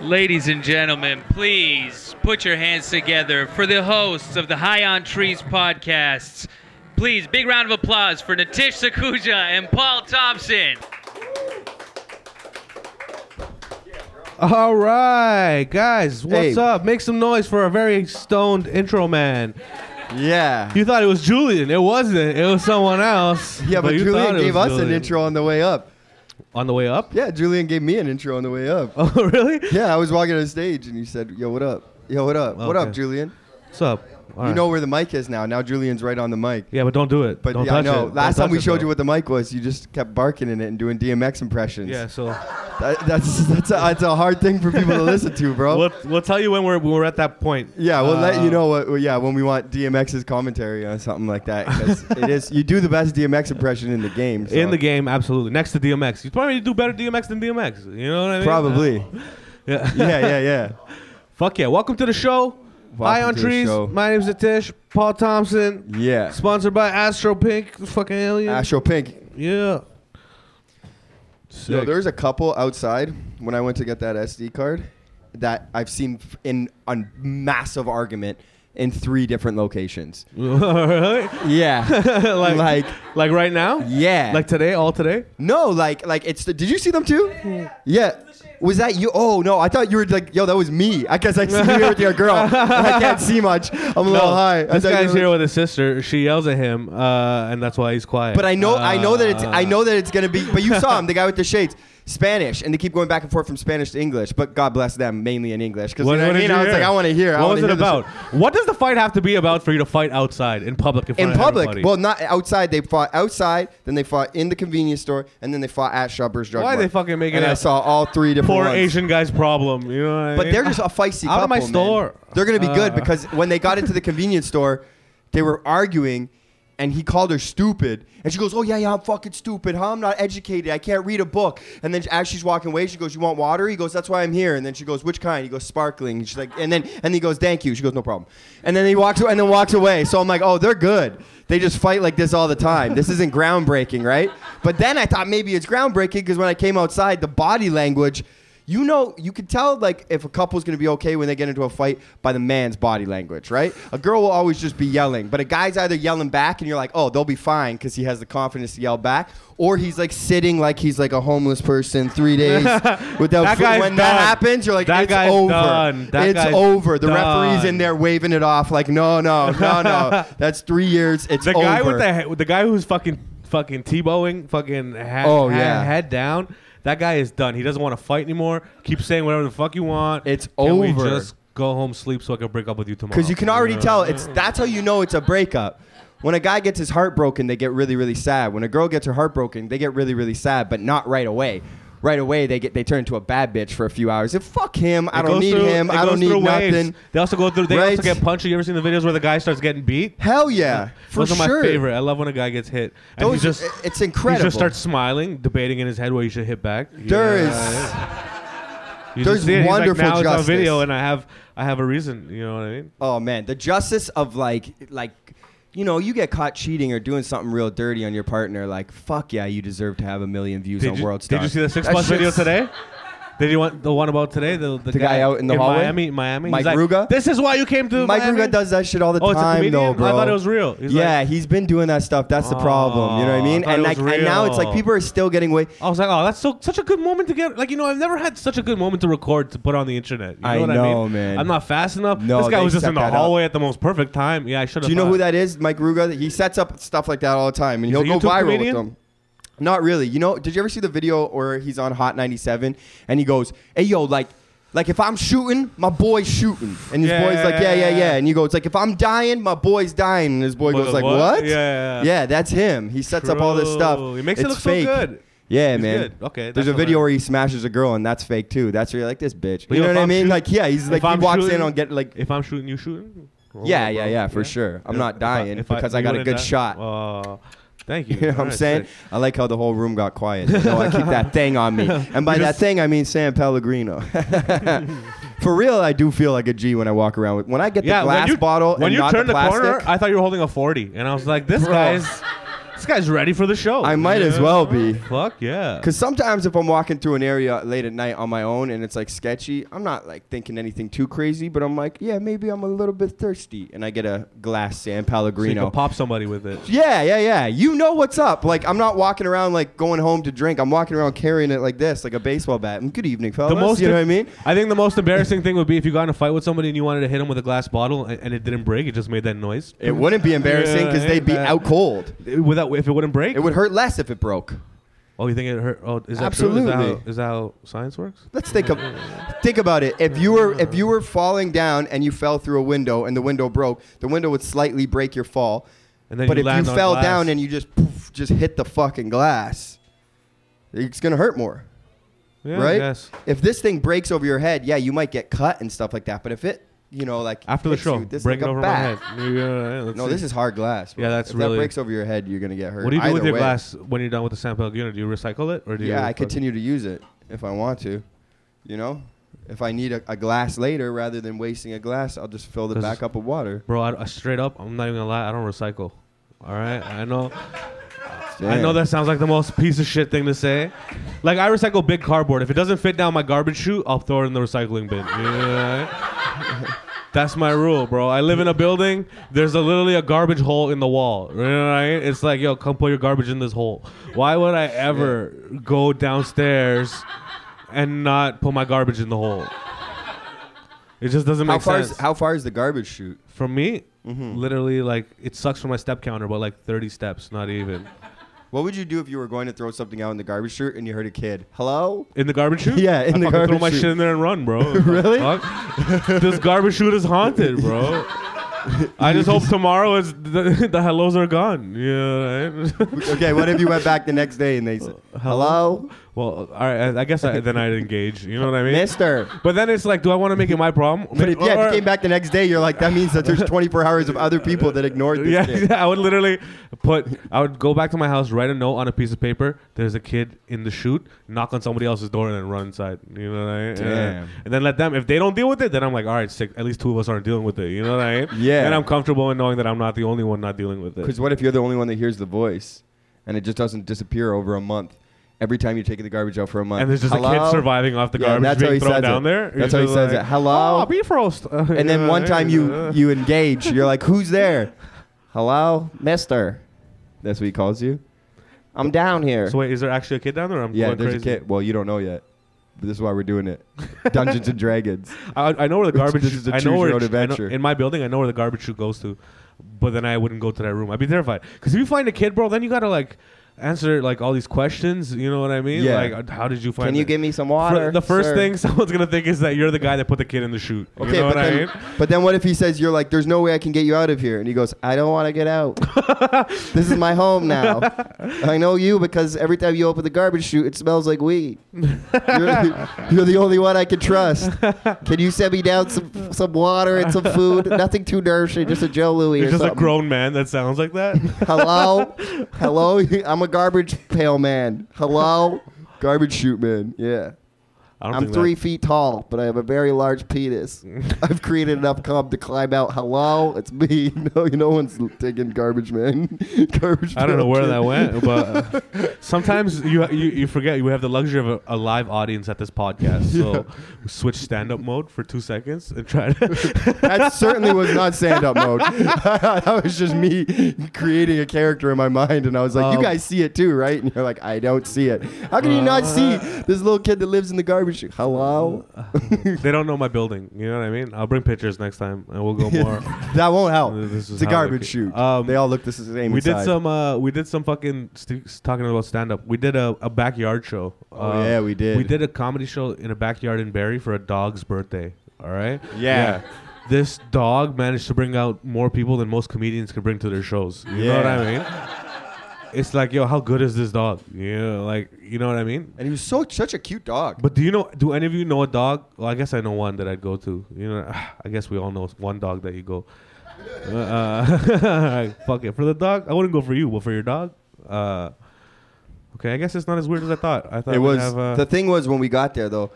Ladies and gentlemen, please put your hands together for the hosts of the High on Trees podcasts. Please, big round of applause for Natish Sakuja and Paul Thompson. All right, guys, what's Hey. up? Make some noise for a very stoned intro man. Yeah. You thought it was Julian. It wasn't. It was someone else. Yeah, but, you thought Julian it gave was us an Julian. intro on the way up. On the way up? Yeah, Julian gave me an intro on the way up. Oh, really? Yeah, I was walking on the stage and he said, Yo, what up? Yo, what up? What Okay. up, Julian? What's up? All You right. know where the mic is now. Now Julian's right on the mic. Yeah, but don't do it. But don't yeah, I touch know. it. Don't Last time touch we it, showed though. you what the mic was, you just kept barking in it and doing DMX impressions. Yeah, so That, that's that's a, that's a hard thing for people to listen to, bro. we'll, we'll tell you when we're when we're at that point. Yeah, we'll let Uh, you know what. well, Yeah, when we want DMX's commentary on something like that, 'cause it is you do the best DMX impression in the game. so- In the game, absolutely. Next to DMX, you probably do better DMX than DMX. You know what I mean? Uh, probably. Yeah. yeah, yeah, yeah. Fuck yeah! Welcome to the show. Hi Welcome on to the trees. show. My name's Atish. Paul Thompson. Yeah. Sponsored by Astro Pink. Fucking alien. Astro Pink. yeah. Yo, Sick. there's a couple outside when I went to get that SD card that I've seen f- in a massive argument in three different locations. Alright. Yeah. like, like Like- right now? yeah. Like today, all today? no, like like it's the, Did you see them too? Yeah. Was that you? Oh no, I thought you were like, yo, that was me. I guess I see you here with your girl. I can't see much. I'm a little high. I This thought you guy's were- here with his sister. She yells at him, uh, and that's why he's quiet. But I know, I know that it's, Uh, I know that it's gonna be. But you saw him, the guy with the shades, Spanish, and they keep going back and forth from Spanish to English. But God bless them, mainly in English. Because What, you know what what I did mean, you I was hear? like, I want to hear. I What wanna was it hear this. about? What does the fight have to be about for you to fight outside in public? In, front In of public, everybody? well, not outside. They fought outside, then they fought in the convenience store, and then they fought at Shoppers Drug Why Mart. they fucking making And I that saw all three different poor ones. Asian guy's problem. You know what I But mean? they're just a feisty Out couple. of my man. store. They're gonna be good Uh. because when they got into the convenience store, they were arguing, and he called her stupid, and she goes, "Oh yeah, yeah, I'm fucking stupid. Huh? I'm not educated. I can't read a book." And then as she's walking away, she goes, "You want water?" He goes, "That's why I'm here." And then she goes, "Which kind?" He goes, "Sparkling." And she's like, and then and he goes, "Thank you." She goes, "No problem." And then he walks and then walks away. So I'm like, "Oh, they're good." They just fight like this all the time. This isn't groundbreaking, right? But then I thought maybe it's groundbreaking because when I came outside, the body language you know, you can tell like if a couple's gonna be okay when they get into a fight by the man's body language, right? A girl will always just be yelling, but a guy's either yelling back and you're like, oh, they'll be fine because he has the confidence to yell back, or he's like sitting like he's like a homeless person three days without That food. guy's When done. that happens, you're like, That it's guy's over. done. That it's guy's over. The done. referee's in there waving it off like, no, no, no, no. That's three years. It's the guy with over. the he- the guy who's fucking fucking t-bowing, fucking ha- Oh, ha- yeah. head down. That guy is done. He doesn't want to fight anymore. Keep saying whatever the fuck you want. It's Can We over. just go home, sleep, so I can break up with you tomorrow. Because you can already tell it's that's how you know it's a breakup. When a guy gets his heart broken, they get really, really sad. When a girl gets her heart broken, they get really, really sad, but not right away. Right away, they get they turn into a bad bitch for a few hours. And fuck him. I It don't goes need through- him. it I goes don't need through waves. nothing. They also go through. They Right? also get punchy. You ever seen the videos where the guy starts getting beat? Hell yeah, for Those sure. are my favorite. I love when a guy gets hit and Those, he just it's he incredible. just starts smiling, debating in his head where he should hit back. There is- You there's just see it, he's like, wonderful now it's justice." on video, and I have I have a reason. You know what I mean? oh man, the justice of like like. You know, you get caught cheating or doing something real dirty on your partner, like fuck yeah, you deserve to have a million views on Did you, World did you see the six plus video today? Did you want the one about today? The, the, The guy out in the hallway? Miami, Miami. Mike He's like, Ruga? This is why you came to Mike Miami? Ruga does that shit all the Oh, it's a time, comedian? though, I bro. thought it was real. He's yeah, like- he's been doing that stuff. That's the problem. You know what I Oh, I mean? thought and it like, was and now it's like real. people are still getting away. I was like, oh, that's so such a good moment to get. Like, you know, I've never had such a good moment to record to put on the internet. You know I what I know, mean? man. I'm not fast enough. No, this guy they was just set in the that up. hallway at the most perfect time. Yeah, I should have. Do you know who thought. that is? Mike Ruga. He sets up stuff like that all the time, and He's he'll a go YouTube viral comedian? with them. Not really. You know? Did you ever see the video where he's on Hot 97 and he goes, "Hey yo, like." Like if I'm shooting, my boy's shooting, and his Yeah, boy's yeah, like, yeah, yeah, yeah, yeah. yeah, and he goes like, if I'm dying, my boy's dying, and his boy Boy, goes like, what? what? Yeah, yeah, yeah. that's him. He sets up all this stuff. True. It makes it It's look so fake. good. Yeah, He's man. good. Okay, There's that's a what I- video where he smashes a girl, and that's fake too. That's where you're like, this bitch. But You yo, know if what I I'm mean? shooting- like, yeah, he's like, if he I'm walks in shooting- on get like, If I'm shooting, you shooting. Roll Yeah, it, yeah, bro. yeah, for sure. I'm not If dying because I you got a wouldn't good die- shot. Uh, thank you. you know what I'm Alright, saying? sick. I like how the whole room got quiet. No, I keep that thing on me, and by You that just- thing I mean San Pellegrino. For real, I do feel like a G when I walk around. with When I get Yeah, the glass when you, bottle when and you not turn the the, plastic, corner, I thought you were holding a 40, and I was like, this Bro. guy's This guy's ready for the show. I might as well be. Fuck yeah. Because sometimes if I'm walking through an area late at night on my own and it's like sketchy, I'm not like thinking anything too crazy, but I'm like, yeah, maybe I'm a little bit thirsty, and I get a glass San So you Pellegrino. can pop somebody with it. yeah, yeah, yeah. You know what's up. Like I'm not walking around like going home to drink. I'm walking around carrying it like this, like a baseball bat. And good evening, fellas. The most e- you know what I mean? I think the most embarrassing thing would be if you got in a fight with somebody and you wanted to hit him with a glass bottle and, and it didn't break. It just made that noise. It wouldn't be embarrassing because Yeah, they'd be yeah. out cold. Without if it wouldn't break. It would hurt less if it broke. oh, you think it hurt? Oh, is that true? Is that, how, Absolutely. is that how science works? Let's think of think about it. If you were if you were falling down and you fell through a window and the window broke, the window would slightly break your fall. And then but you if land you on fell glass. down and you just poof, just hit the fucking glass, it's gonna hurt more, yeah, right? Yes. If this thing breaks over your head, yeah, you might get cut and stuff like that. But if it, you know, like After the hits show, you, this breaking like a over bat- my head. Yeah, let's No, see. this is hard glass. bro. Yeah, that's if really- that breaks over your head, you're gonna get hurt. What do you do with Either your way. glass when you're done with the San Pellegrino? Do you recycle it or do you? Yeah, I fuck- continue to use it if I want to. You know, if I need a, a glass later rather than wasting a glass, I'll just fill it Does- back up with water. Bro, I, I straight up, I'm not even gonna lie. I don't recycle. All right, I know. I Damn. know that sounds like the most piece of shit thing to say. Like I recycle big cardboard. If it doesn't fit down my garbage chute, I'll throw it in the recycling bin. You know what I mean? That's my rule, bro. I live in a building. There's a, literally a garbage hole in the wall. You know what I mean? It's like, yo, come put your garbage in this hole. Why would I ever go downstairs and not put my garbage in the hole? It just doesn't How make far sense. is how Mm-hmm. far is the garbage chute? For me, literally, like it sucks for my step counter, but like 30 steps, not even. What would you do if you were going to throw something out in the garbage chute and you heard a kid? Hello? In the garbage chute? Yeah, in the I fucking Throw garbage my chute. shit in there and run, bro. Really? Fuck. this garbage chute is haunted, bro. I just hope tomorrow is the, the hellos are gone. Yeah. Right? Okay, what if you went back the next day and they said, "Hello, well, all right. I, I guess I, then I'd engage. You know what I mean? Mister"? But then it's like, do I want to make it my problem? But if, yeah, if Or- you came back the next day, you're like, that means that there's 24 hours of other people that ignored this yeah, kid. yeah, I would literally put. I would go back to my house, write a note on a piece of paper. There's a kid in the chute. Knock on somebody else's door and then run inside. You know what I mean? And then- Damn. And then let them. If they don't deal with it, then I'm like, all right, sick. At least two of us aren't dealing with it. You know what I mean? Yeah. And I'm comfortable in knowing that I'm not the only one not dealing with it. Because what if you're the only one that hears the voice, and it just doesn't disappear over a month? Every time you take the garbage out for a month, And there's just a kid "Hello?" surviving off the Yeah, garbage that's how being he thrown says down it. there. That's how he just says it. Hello? Oh, beef roast. And then one time you you engage, you're like, "Who's there? Hello, Mister." That's what he calls you. I'm down here. So wait, is there actually a kid down there? or I'm yeah, going there's crazy? a kid. Well, you don't know yet. But this is why we're doing it. Dungeons and Dragons. I, I know where the garbage. This is a I know choose your where it- own I know- adventure. in my building, I know where the garbage chute goes to, but then I wouldn't go to that room. I'd be terrified because if you find a kid, bro, then you gotta like answer like all these questions. You know what I mean? Yeah. Like, how did you find? Can you it? give me some Fir- water? the first sir? thing someone's gonna think is that you're the guy that put the kid in the chute. You Okay, know but what then, I mean? but then what if he says you're like, "There's no way I can get you out of here," and he goes, "I don't want to get out. this is my home now. I know you because every time you open the garbage chute, it smells like weed. You're, the- you're the only one I can trust. Can you send me down some some water and some food? Nothing too nourishing, just a Joe Louis You're or just a something. grown man that sounds like that. Hello, hello. I'm a garbage pail man. Hello, garbage chute man. Yeah. I don't I'm think three That, feet tall, but I have a very large penis. I've created enough cum to climb out. Hello, it's me. No, no one's taking garbage, man. garbage. I don't know pail where kid. that went, but uh, sometimes you, you you forget you have the luxury of a, a live audience at this podcast. So switch stand up mode for two seconds and try to That certainly was not stand-up mode. that was just me creating a character in my mind, and I was like, Um, "You guys see it too, right?" And you're like, "I don't see it. How can you Uh. not see this little kid that lives in the garbage?" chute? Hello, they don't know my building. You know what I mean? I'll bring pictures next time, and we'll go more. that won't help. This is It's a how it garbage could- chute. Um, they all look the same. we did inside. some. Uh, we did some fucking st- talking about stand up. We did a, a backyard show. Oh, Uh, yeah, we did. We did a comedy show in a backyard in Barrie for a dog's birthday. All right. Yeah. This dog managed to bring out more people than most comedians could bring to their shows. You know what I mean? It's like, yo, how good is this dog? Yeah, like, you know what I mean? and he was so such a cute dog. But do you know? Do any of you know a dog? Well, I guess I know one that I'd go to. You know, I guess we all know one dog that you go. Uh, fuck it for the dog. I wouldn't go for you, but for your dog. Uh, okay, I guess it's not as weird as I thought. I thought It we'd was have, uh, the thing was when we got there though,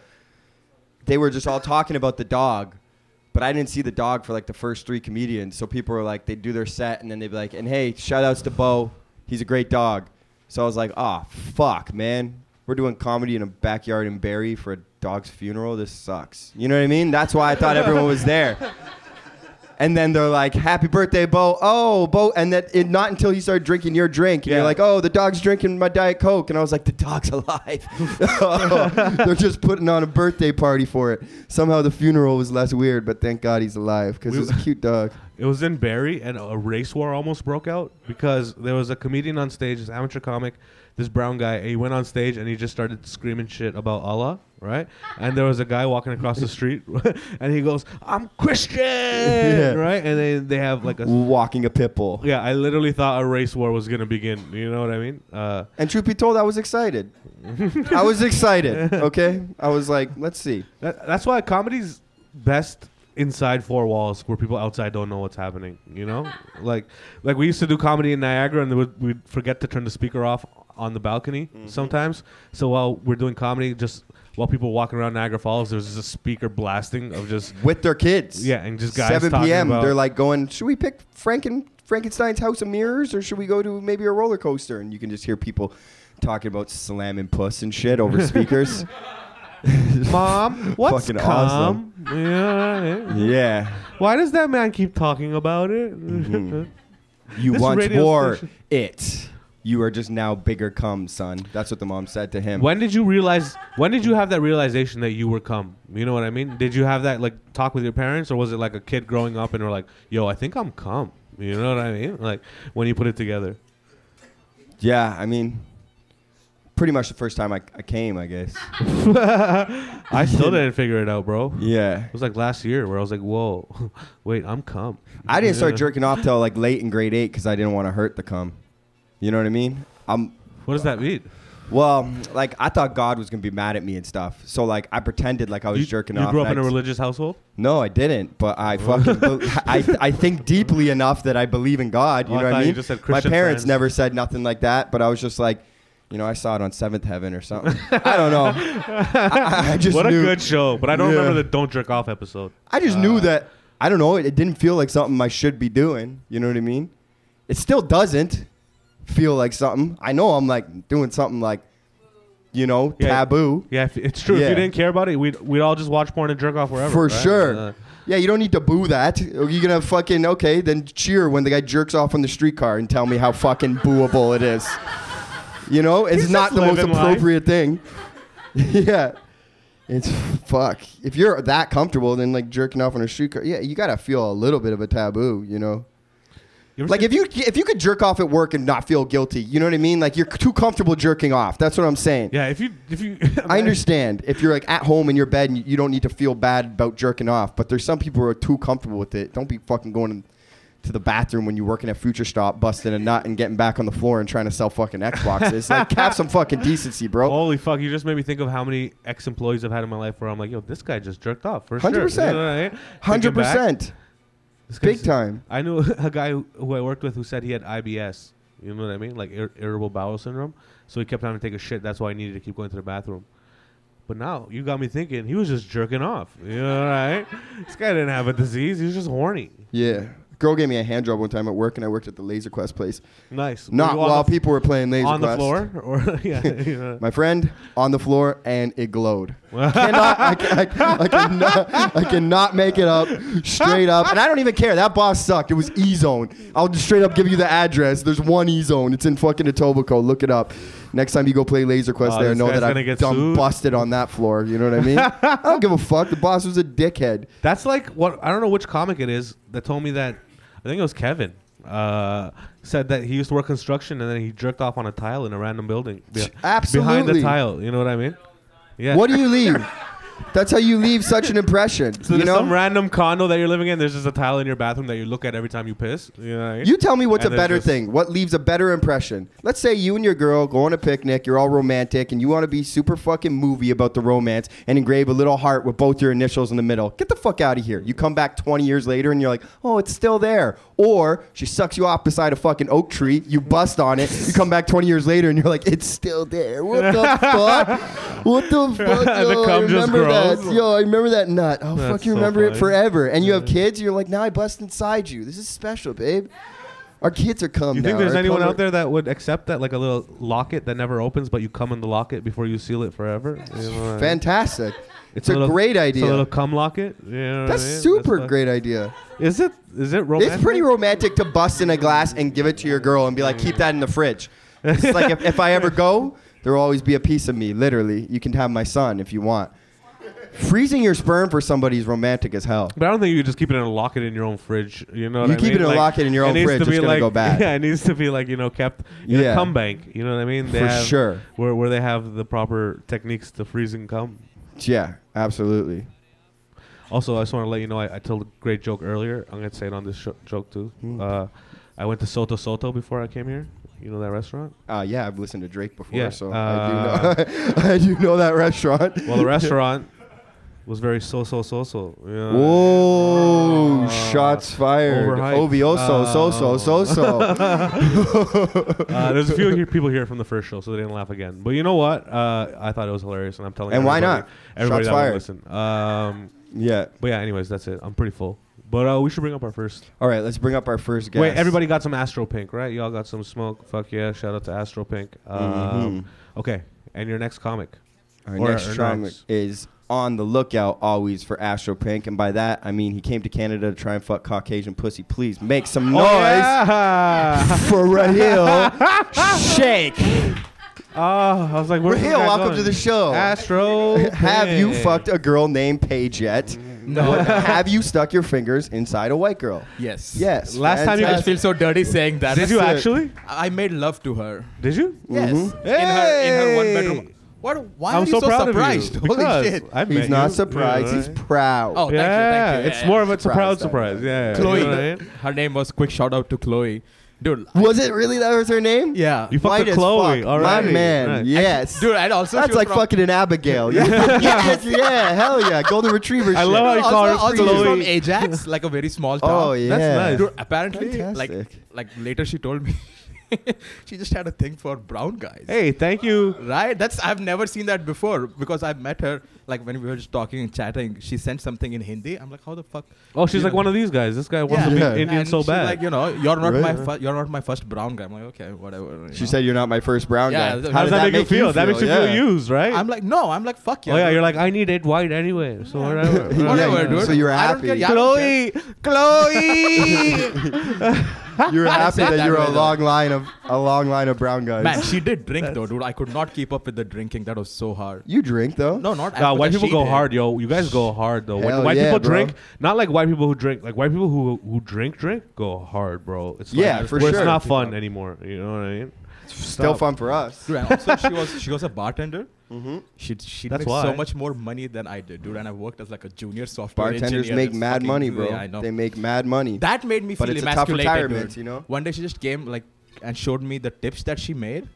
they were just all talking about the dog, but I didn't see the dog for like the first three comedians. So people were like, they'd do their set and then they'd be like, and hey, shout outs to Bo. He's a great dog. So I was like, ah, fuck, man. We're doing comedy in a backyard in Barrie for a dog's funeral. This sucks. You know what I mean? That's why I thought everyone was there. And then they're like, "Happy birthday, Bo!" Oh, Bo! And that it, not until he started drinking your drink, and Yeah. you're like, "Oh, the dog's drinking my diet coke," and I was like, "The dog's alive! Oh, they're just putting on a birthday party for it." Somehow the funeral was less weird, but thank God he's alive because We- it's a cute dog. It was in Barrie, and a race war almost broke out because there was a comedian on stage, this amateur comic, this brown guy. And he went on stage and he just started screaming shit about Allah, right? And there was a guy walking across the street, and he goes, "I'm Christian," right? And then they have like a Walking a pit bull. yeah. I literally thought a race war was gonna begin. You know what I mean? Uh, And truth be told, I was excited. I was excited. Okay, I was like, "Let's see." that, that's why comedy's best inside four walls where people outside don't know what's happening you know like like we used to do comedy in niagara and we'd, we'd forget to turn the speaker off on the balcony Mm-hmm. sometimes so while we're doing comedy just while people walking around niagara falls there's just a speaker blasting of just With their kids. yeah and just guys 7 talking p.m. about- They're like going, should we pick Franken Frankenstein's House of Mirrors or should we go to maybe a roller coaster? And you can just hear people talking about slamming puss and shit over speakers. mom what's Fucking come awesome. yeah, eh? yeah. why does that man keep talking about it Mm-hmm. You This once radio wore station- it. You are just now bigger cum, son. That's what the mom said to him. When did you realize? When did you have that realization that you were cum? You know what I mean? Did you have that like talk with your parents, or was it like a kid growing up and were like, "Yo, I think I'm cum." You know what I mean? Like when you put it together. Yeah, I mean, pretty much the first time I, I came, I guess. I still didn't figure it out, bro. It Yeah. was like last year where I was like, "Whoa, wait, I'm cum." I didn't start Yeah. jerking off till like late in grade eight because I didn't want to hurt the cum. You know what I mean? I'm What does that mean? Well, like I thought God was gonna be mad at me and stuff, so like I pretended like I was you, jerking you off. grew up in and a I- religious household. no, I didn't, but I fucking be- I, I think deeply enough that I believe in God. You Oh, I know what thought I you mean? just said My Christian parents friends. never said nothing like that, but I was just like, you know, I saw it on Seventh Heaven or something. I don't know. I, I just What a knew, good Uh. show! But I don't Yeah. remember the "Don't Jerk Off" episode. I just knew that. I don't know. It, it didn't feel like something I should be doing. You know what I mean? It still doesn't feel like something. I know I'm like doing something like, you know, Yeah. taboo. Yeah, if, it's true. If Yeah. you didn't care about it, we'd we'd all just watch porn and jerk off wherever. For right? sure. Uh, yeah, you don't need to boo that. You're gonna fucking okay. Then cheer when the guy jerks off on the streetcar and tell me how fucking booable it is. You know, it's He's not just the most living life. appropriate thing. yeah, it's fuck. If you're that comfortable, then like jerking off on a streetcar, yeah, you gotta feel a little bit of a taboo. You know, you ever like see- if you if you could jerk off at work and not feel guilty, you know what I mean? Like you're too comfortable jerking off. That's what I'm saying. yeah, if you if you I understand if you're like at home in your bed and you don't need to feel bad about jerking off, but there's some people who are too comfortable with it. Don't be fucking going to the bathroom when you're working at Future Stop, busting a nut and getting back on the floor and trying to sell fucking Xboxes. like, have some fucking decency, bro. Holy fuck! You just made me think of how many ex-employees I've had in my life where I'm like, "Yo, this guy just jerked off for 100%, sure." 100%. You know what I mean? Thinking Hundred back, percent, this guy's- big time. I knew a guy who- who I worked with who said he had IBS. You know what I mean? Like ir- irritable bowel syndrome. So he kept having to take a shit. That's why I needed to keep going to the bathroom. But now you got me thinking. He was just jerking off. You know what I mean? This guy didn't have a disease. He was just horny. Yeah, girl gave me a hand job one time at work, and I worked at the Laser Quest place. Nice. Were Not you on while the, people were playing Laser on the Quest. floor or yeah. you know. My friend on the floor and it glowed. cannot, I, ca- I, I cannot, I cannot make it up straight up. And I don't even care. That boss sucked. It was E Zone. I'll just straight up give you the address. There's one E Zone. It's in fucking Etobicoke. Look it up. Next time you go play Laser Quest Oh, there, this know guy's that gonna I'm get dumb sued. busted on that floor. You know what I mean? I don't give a fuck. The boss was a dickhead. That's like what I don't know which comic it is that told me that I think it was Kevin uh, said that he used to work construction and then he jerked off on a tile in a random building be- behind the Absolutely. tile. You know what I mean? Yeah. What do you leave? That's how you leave such an impression. so you there's know? some random condo that you're living in. There's just a tile in your bathroom that you look at every time you piss. You know what I mean? You tell me what's And a then better just- thing. What leaves a better impression? Let's say you and your girl go on a picnic. You're all romantic, and you want to be super fucking movie about the romance and engrave a little heart with both your initials in the middle. Get the fuck out of here. You come back 20 years later, and you're like, oh, it's still there. Or she sucks you off beside a fucking oak tree. You bust on it. You come back 20 years later, and you're like, it's still there. What the fuck? What the fuck? The Yo, I cum just remember grows. that. Yo, I remember that nut. Oh That's fuck, you so remember it funny. forever. And you have kids. You're like, now I bust inside you. This is special, babe. Our kids are come. You think now. there's Our anyone plumber- out there that would accept that, like a little locket that never opens, but you come in the locket before you seal it forever? You know what I mean? Fantastic. It's a, little- great It's a idea. little cum locket. You know what I That's mean? super like- great idea. Is it? Is it romantic? It's pretty romantic to bust in a glass and give it to your girl and be like, keep that in the fridge. It's like if, if I ever go, there will always be a piece of me. Literally, you can have my son if you want. Freezing your sperm for somebody is romantic as hell. But I don't think you could just keep it in a locket in your own fridge. You know, what You I keep mean? it in a locket in your own needs fridge, to it's be gonna like, go bad. Yeah, it needs to be like you know kept in Yeah. a cum bank. You know what I mean? For have- sure. Where where they have the proper techniques to freeze and cum. Yeah, absolutely. Also, I just want to let you know I, I told a great joke earlier. I'm gonna say it on this sho joke too. Hmm. Uh, I went to Soto Soto before I came here. You know that restaurant? Uh, yeah, I've listened to Drake before, Yeah, uh, so I, do know, I do know that restaurant. Well, the restaurant was very so so so so. Yeah. Whoa, shots fired. Ah. overhyped. Oh. Ovioso, so so, so so. Uh, there's a few here, people here from the first show, so they didn't laugh again. But you know what? Uh, I thought it was hilarious, and I'm telling And why everybody- not? Everybody Shots that would fired. listen. Um, Yeah. but yeah, anyways, that's it. I'm pretty full. But uh, we should bring up our first. All right, let's bring up our first guest. Wait, everybody got some Astro Pink, right? Y'all got some smoke. Fuck yeah! Shout out to Astro Pink. Um, Mm-hmm. Okay, and your next comic. Our Or- next or comic next. is on the lookout always for Astro Pink, and by that I mean he came to Canada to try and fuck Caucasian pussy. Please make some Oh, noise yeah! for Raheel Shake. oh, I was like, where's this Raheel, guy welcome going? to the show. Astro. Have you Pink. fucked a girl named Paige yet? No. Have you stuck your fingers inside a white girl? Yes. Yes. Last time you I guys fantastic. just feel so dirty saying that. Did you actually? I made love to her. Did you? Yes. Mm-hmm. In her in her one bedroom. What? Why I'm are you so, so, proud surprised? of you. Holy because shit! I met He's not you. surprised. Yeah, He's right. proud. Oh, thank you, yeah, thank you. it's Yeah, more of a Surprise, proud surprise. surprise. Yeah, yeah, Chloe. You, know what I mean? Her name was. Quick shout out to Chloe, dude. Was it really that was her name? Yeah. You fucked White with as Chloe. fuck. All right, My man. Right. Yes. Dude, and also That's she was like from- fucking an Abigail. yes, yeah, hell yeah. Golden Retriever shit. I love how you Also, call her also she's from Chloe. Ajax, like a very small town. Oh, yeah. nice. Dude, apparently, like, Fantastic. like later she told me, she just had a thing for brown guys. Hey, thank you. Right? That's I've never seen that before because I've met her like when we were just talking and chatting. She sent something in Hindi. I'm like, how the fuck? Oh, she's you like know? one of these guys. This guy wants to Yeah. be Indian And so she's bad. Like you know, you're not Right. my fir- you're not my first brown guy. I'm like, okay, whatever. you She know. said you're not my first brown Yeah, guy. that- How does that, make, you feel? That makes you Yeah. feel used, right? I'm like, no. I'm like, fuck yeah. oh yeah, you're like I need it white anyway. So whatever. Yeah, whatever, yeah. dude. So you're I don't happy. care. Yeah, I don't care. Chloe, Chloe. You're happy say it that, that you're way, a though. long line of a long line of brown guys. Man, she did drink though, dude. I could not keep up with the drinking. That was so hard. You drink though? No, not. as Nah, much white as people she go did. hard, yo. You guys go hard though. Hell when white yeah, people bro. drink, not like white people who drink. Like white people who who drink drink go hard, bro. It's like- Yeah, for where It's sure. not fun anymore. You know what I mean? Still fun for us. Dude, and also she was she was a bartender. Mm-hmm. She she That's made so why. much more money than I did, dude. And I worked as like a junior software Bartenders engineer. make It's mad fucking- money, bro. Yeah, I know. They make mad money. that made me But feel it's a tough emasculated. retirement, dude. you know? One day she just came like and showed me the tips that she made.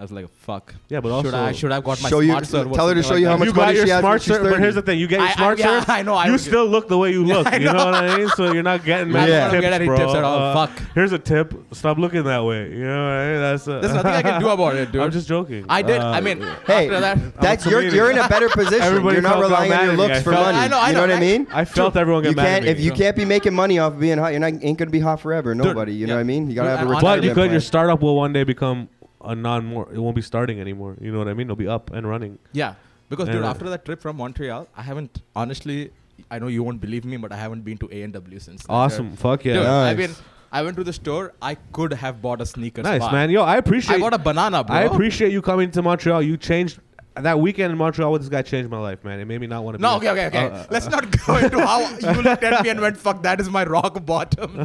I was like, fuck. Yeah, but should also- I should I have got my Show you- smart serve or tell her to something show you how like much you got money your she has when smart she's shirt, but 30. here's the thing: you get your I- I- smart yeah, shirt. I know, I you don't get- still look the way you look. you know what I mean? So you're not getting many Yeah. I don't tips, get any bro. tips at all. Uh, Fuck. Here's a tip: stop looking that way. You know what I mean? That's a, that? There's nothing I can do about it, dude. I'm just joking. I did. Uh, I mean, Hey, after that, that's you're, comedian. you're in a better position. Everybody you're not felt relying on your automatically. looks I for felt- money. I know, I you know know, what I I- mean? I felt everyone You get mad at can't me. if you can't be making money off of being hot. You're not ain't gonna be hot forever. Nobody. You know yeah. what I mean? You gotta Dude, have a and on- But retirement you could. Your plan. startup will one day become a non more. It won't be starting anymore. You know what I mean? It'll be up and running. Yeah, because dude, Yeah. after that trip from Montreal, I haven't honestly. I know you won't believe me, but I haven't been to A and W since. then, Awesome. dude. Fuck yeah. Uh, Dude, Nice. I mean, I went to the store. I could have bought a sneaker. nice man. Yo, I appreciate. I bought a banana, bro. I appreciate you coming to Montreal. You changed that weekend in Montreal with this guy changed my life, man. It made me not want to. No, be okay, okay, okay. Uh, uh, Let's not go into how you looked at me and went, "Fuck, that is my rock bottom."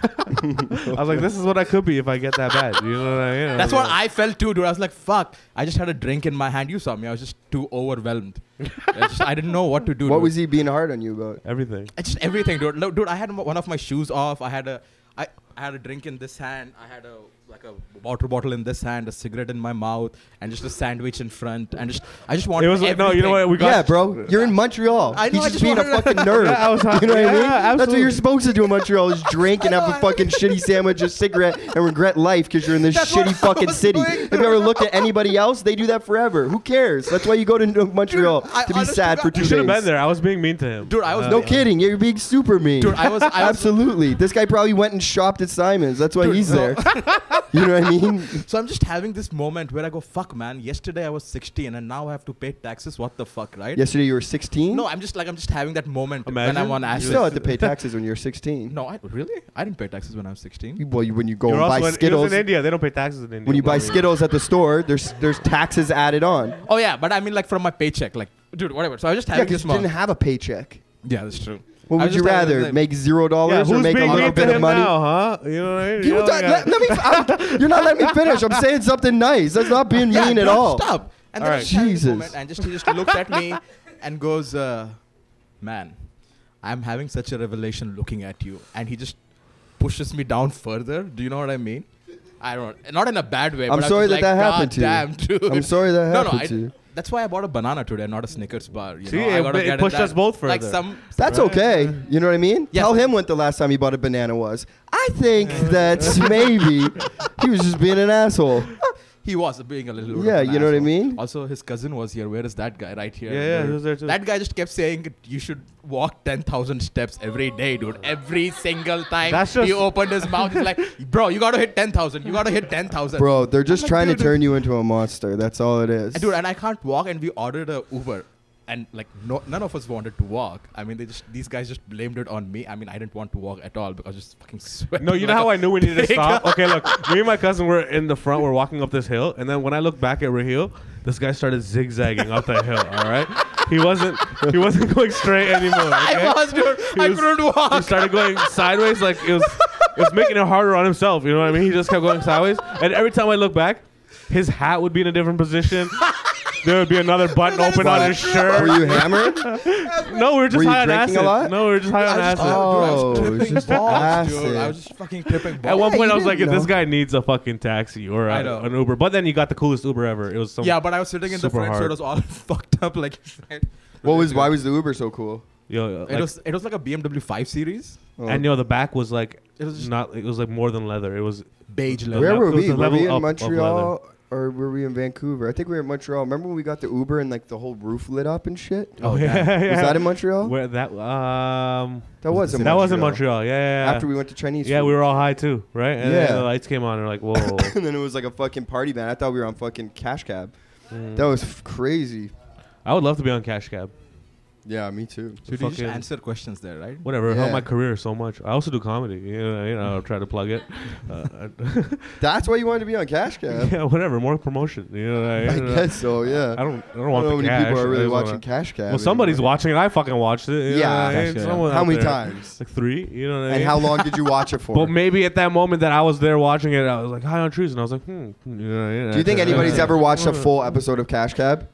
I was like, this is what I could be if I get that bad. You know what I mean? That's what I. I felt too, dude. I was like, "Fuck!" I just had a drink in my hand. You saw me. I was just too overwhelmed. I, just- I didn't know what to do. What dude. was he being hard on you about? Everything. It's just everything, dude. No, dude, I had m- one of my shoes off. I had a, I, I had a drink in this hand. I had a like a water bottle in this hand, a cigarette in my mouth, and just a sandwich in front. And just, I just wanted. It was like, no, you know what? everything. We got Yeah, bro. You're in Montreal. I know, He's I just, just being a wanted to- fucking nerd. Yeah, I was you know what I mean? hungry. Yeah, That's what absolutely. you're supposed to do in Montreal is drink and have a fucking shitty sandwich, a cigarette, and regret life because you're in this That's what shitty I fucking was city. doing. Have you ever looked at anybody else? They do that forever. Who cares? That's why you go to Montreal Dude, I to be honest sad to for God- two You You should have days. been there. I was being mean to him. Dude, I was- Uh, No kidding. You're being super mean. Dude, I was- I was- absolutely. This guy probably went and shopped stopped at Simon's. That's why he's there. you know what I mean? So I'm just having this moment where I go, fuck, man. Yesterday I was 16 and now I have to pay taxes. What the fuck, right? Yesterday you were 16. No, I'm just like I'm just having that moment Imagine. when I'm on you acid. still had to pay taxes when you were 16. No, I really? I didn't pay taxes when I was 16. You- Well, you, when you go You're and also buy in, it Skittles, was in India. They don't pay taxes in India. when you buy bro. Skittles at the store, there's there's taxes added on. Oh yeah, but I mean like from my paycheck, like dude, whatever. So I was just Yeah, having because this you didn't moment. have a paycheck. yeah, that's true. What I would was you just having rather this- make zero Yeah, dollars who's or make a being little mean to bit of him money? now, huh? You know what I mean? You You're don't- like, let, let me. I'm- you're not letting me finish. I'm saying something nice. That's not being Yeah, mean at dude, all. Stop. And All then I right. just had this Jesus. moment and just he just looked at me and goes, uh, "Man, I'm having such a revelation looking at you." And he just pushes me down further. Do you know what I mean? I don't. Not in a bad way. I'm but I was sorry that like, that happened "God to you. damn, Dude. I'm sorry that No, no. happened I, to you. That's why I bought a banana today, not a Snickers bar. You See, know? I it- gotta it get pushed that. us both Like further. some. That's okay. You know what I mean? Yeah. Tell him when the last time he bought a banana was. I think that maybe he was just being an asshole. He was being a little. bit Yeah, of an you know what I asshole. mean? Also, his cousin was here. Where is that guy? Right here. Yeah, yeah, Dude. he was there too. That guy just kept saying you should walk ten thousand steps every day, dude. Every single time That's just- he opened his mouth, he's like, "Bro, you gotta hit ten thousand. You gotta hit ten thousand, Bro, they're just like, trying to dude. turn you into a monster. That's all it is. And dude, and I can't walk. And we ordered a Uber, and like no, none of us wanted to walk. I mean, they just these guys just blamed it on me. I mean, I didn't want to walk at all because I was just fucking sweating. No, you know like how a I knew we needed to pig. stop? Okay, look, me and my cousin were in the front, we're walking up this hill, and then when I look back at Raheel, this guy started zigzagging up the hill, all right? He wasn't he wasn't going straight anymore. okay? I was, dude. He I was- couldn't walk. He started going sideways, like it was it was making it harder on himself, you know what I mean? He just kept going sideways. And every time I look back, his hat would be in a different position. There would be another button That is open on so his true. shirt. were you hammered? No, we were just Were you high on drinking acid. a lot? No, we were just high on I was acid. just- Oh, dude, I was it's tripping just balls, dude. I acid. was just fucking tripping balls. At one Yeah, point, you I was like, didn't "This know. guy needs a fucking taxi or I a- know. an Uber." But then he got the coolest Uber ever. It was some. Yeah, but I was sitting in the Super front, so hard. it was all fucked up. Like, What was? Why was the Uber so cool? yo, yo, it like- was? It was like a BMW 5 Series, Oh. and yo, the back was like It was just- not. It was like more than leather. It was beige Where leather. Where that were was we? the Were level we up in of Montreal or were we in Vancouver? I think we were in Montreal. Remember when we got the Uber and like the whole roof lit up and shit? Oh, yeah. Was that in Montreal? Where that um. That was in that was in Montreal. Montreal. Yeah, yeah. yeah. After we went to Chinese. yeah, food. we were all high too, right? And then Yeah. the lights came on, and we're like, "Whoa!" and then it was like a fucking party band. I thought we were on fucking Cash Cab. Mm. That was f- crazy. I would love to be on Cash Cab. Yeah, me too. So did you just Fucking- answer questions there, right? Whatever, it helped Yeah. my career so much. I also do comedy. You know, you know I'll try to plug it. Uh, That's why you wanted to be on Cash Cab. yeah, whatever. More promotion. You know, I you know. guess so. Yeah. I don't. I I don't want don't know how the many cash. people are I really just wanna- watching Cash Cab. Well, somebody's anymore. watching it. I fucking watched it. you know Yeah. what I mean? Cash Cab. Someone How out many there. times? Like three. You know what I mean? And how long did you watch it for? But maybe at that moment that I was there watching it, I was like high on trees, and I was like, hmm. You know, yeah, Do you think yeah. anybody's ever watched a full episode of Cash Cab?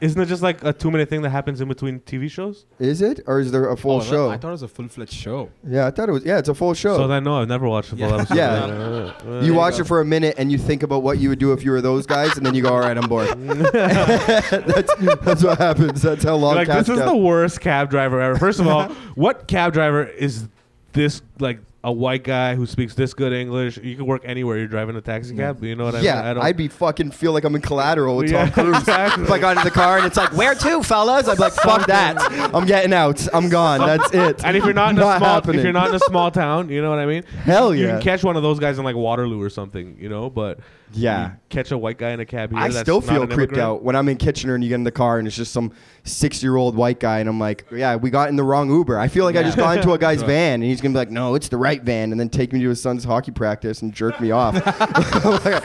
Isn't it just like a two-minute thing that happens in between TV shows? Is it or is there a full Oh, that- show? I thought it was a full-fledged show. yeah, I thought it was. Yeah, it's a full show. So then uh, no, I've never watched a full Yeah. episode. Uh, Yeah. Yeah. you watch it for a minute and you think about what you would do if you were those guys, and then you go, "All right, I'm bored." that's, that's what happens. That's how long Like Cash this is Cab. the worst cab driver ever. First of all, what cab driver is this like? A white guy who speaks this good English. You can work anywhere. You're driving a taxi cab. You know what I mean? yeah, I don't- I'd be fucking feel like I'm in collateral with Yeah, Tom Cruise. exactly. If I got in the car and it's like, where to, fellas? I'm like, fuck that. I'm getting out. I'm gone. That's it. And if you're not in a Not small, happening. if you're not in a small town, you know what I mean. Hell You yeah. can catch one of those guys in like Waterloo or something, you know. But Yeah. you catch a white guy in a cab. Here, I that's still not feel an creeped immigrant. out when I'm in Kitchener and you get in the car and it's just some six year old white guy and I'm like, yeah, we got in the wrong Uber. I feel like I just got into a guy's van and he's gonna be like, no, it's the right van, and then take me to his son's hockey practice and jerk me off. I'm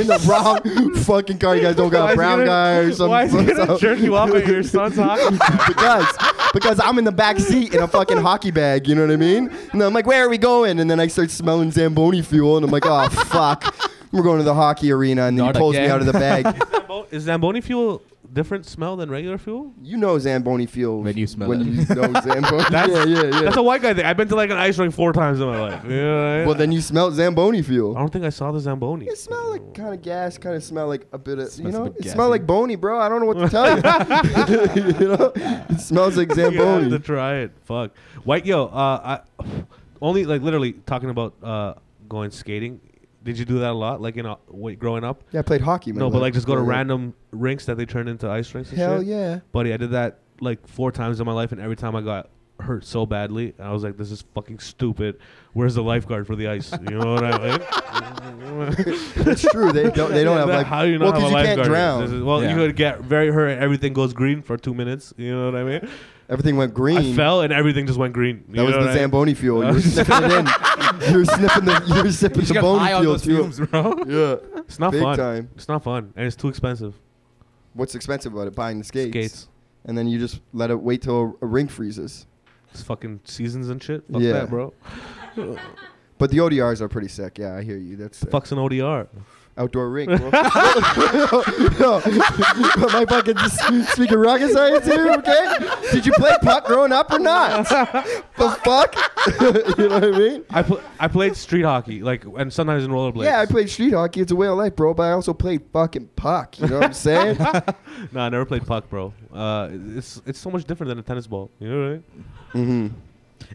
in the wrong fucking car. You guys don't Why got a is he brown gonna- guy or something. Why is he gonna jerk you off at your son's hockey? because because I'm in the back seat in a fucking hockey bag. You know what I mean? And I'm like, where are we going? And then I start smelling Zamboni fuel, and I'm like, oh fuck, we're going to the hockey arena. And then Not he pulls me again. out of the bag. Zambo- Is Zamboni fuel different smell than regular fuel? You know Zamboni fuel When you smell when it. you know Zamboni. That's- yeah, yeah, yeah. That's a white guy thing. I've been to like an ice rink four times in my life. You know what I mean? well, then you smell Zamboni I fuel. don't think I saw the Zamboni. It smell like kind of gas, kind of smell like a bit of, you Smells a know, bit it gassy. smell like bony, bro. I don't know what to tell you. you know, it smells like You have to Zamboni. try it. Fuck. White yo, uh, I only like literally talking about uh, going skating. Did you do that a lot, like in uh, wait, growing up? Yeah, I played hockey. my No, but life. like just go to Yeah. random rinks that they turn into ice rinks. And Hell shit. yeah. buddy! I did that like four times in my life, and every time I got hurt so badly, and I was like, "This is fucking stupid." Where's the lifeguard for the ice? You know what I mean? It's true. They don't. They don't have like. how do you not well, have a 'cause you lifeguard? can't drown. This is- well, Yeah. you could get very hurt. and Everything goes green for two minutes. You know what I mean? Everything went green. I fell and everything just went green. You That was know the what I- Zamboni fuel. You were sniffing it in. You were sniffing the. You were sipping the She got high bone on fuel those too. fumes, bro. Yeah. It's not Big fun. time. It's not fun, and it's too expensive. What's expensive about it? Buying the skates. Skates. And then you just let it wait till a, a rink freezes. It's fucking seasons and shit. Fuck Yeah. that, bro. But the ODRs are pretty sick. Yeah, I hear you. That's sick. Fucks an ODR. outdoor rink. Bro. Yo, am I fucking just speaking rocket science here? Okay. Did you play puck growing up or not? the fuck. you know what I mean? I pl- I played street hockey, like, and sometimes in rollerblades. Yeah, I played street hockey. It's a way of life, bro. But I also played fucking puck. You know what I'm saying? No, I never played puck, bro. Uh, it's it's so much different than a tennis ball. You know what I mean? mm-hmm.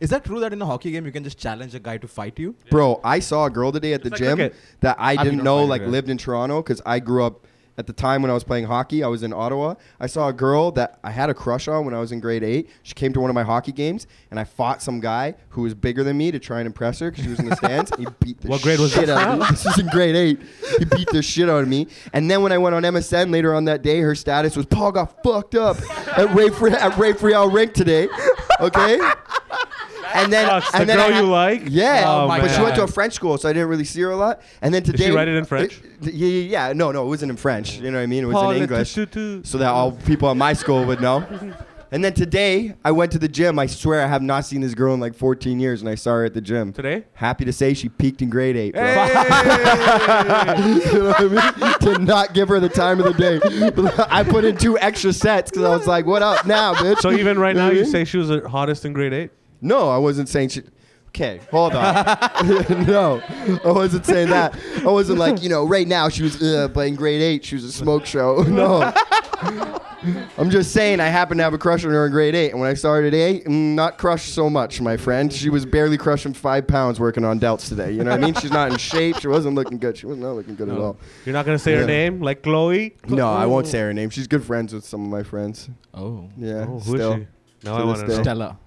Is that true that in a hockey game you can just challenge a guy to fight you? Bro, I saw a girl today at the It's like gym cricket. that I mean, didn't not know like like cricket. lived in Toronto because I grew up at the time when I was playing hockey. I was in Ottawa. I saw a girl that I had a crush on when I was in grade eight. She came to one of my hockey games and I fought some guy who was bigger than me to try and impress her because she was in the stands. He beat the What grade was shit this out of me. This was in grade eight. He beat the shit out of me. And then when I went on MSN later on that day, her status was Paul got fucked up at Ray Fri- at Ray Friel Rink today. Okay. And then, Sucks. and the then I girl had- you like? yeah, Oh, but she man. went to a French school, so I didn't really see her a lot. And then today, she write it in French? Yeah, yeah, yeah. No, no, it wasn't in French. You know what I mean? It was Paul, in the English, tutu. so that all people at my school would know. And then today, I went to the gym. I swear, I have not seen this girl in like 14 years, and I saw her at the gym. Today? Happy to say she peaked in grade eight. Bro. Hey! you know what I mean? to not give her the time of the day. I put in two extra sets because I was like, "What up now, bitch?" so even right You know now, what I you mean? say she was the hottest in grade eight? No, I wasn't saying she. Okay, hold on. no, I wasn't saying that. I wasn't like you know. Right now, she was uh, but in grade eight. She was a smoke show. no, I'm just saying I happened to have a crush on her in grade eight, and when I saw her today, mm, not crushed so much, my friend. She was barely crushing five pounds working on delts today. You know what I mean? She's not in shape. She wasn't looking good. She was not looking good at all. You're not going to say Yeah. her name? Like Chloe? No, I won't say her name. She's good friends with some of my friends. Oh. Yeah, Oh, who is still. she? Now To I want this to day. know. Stella.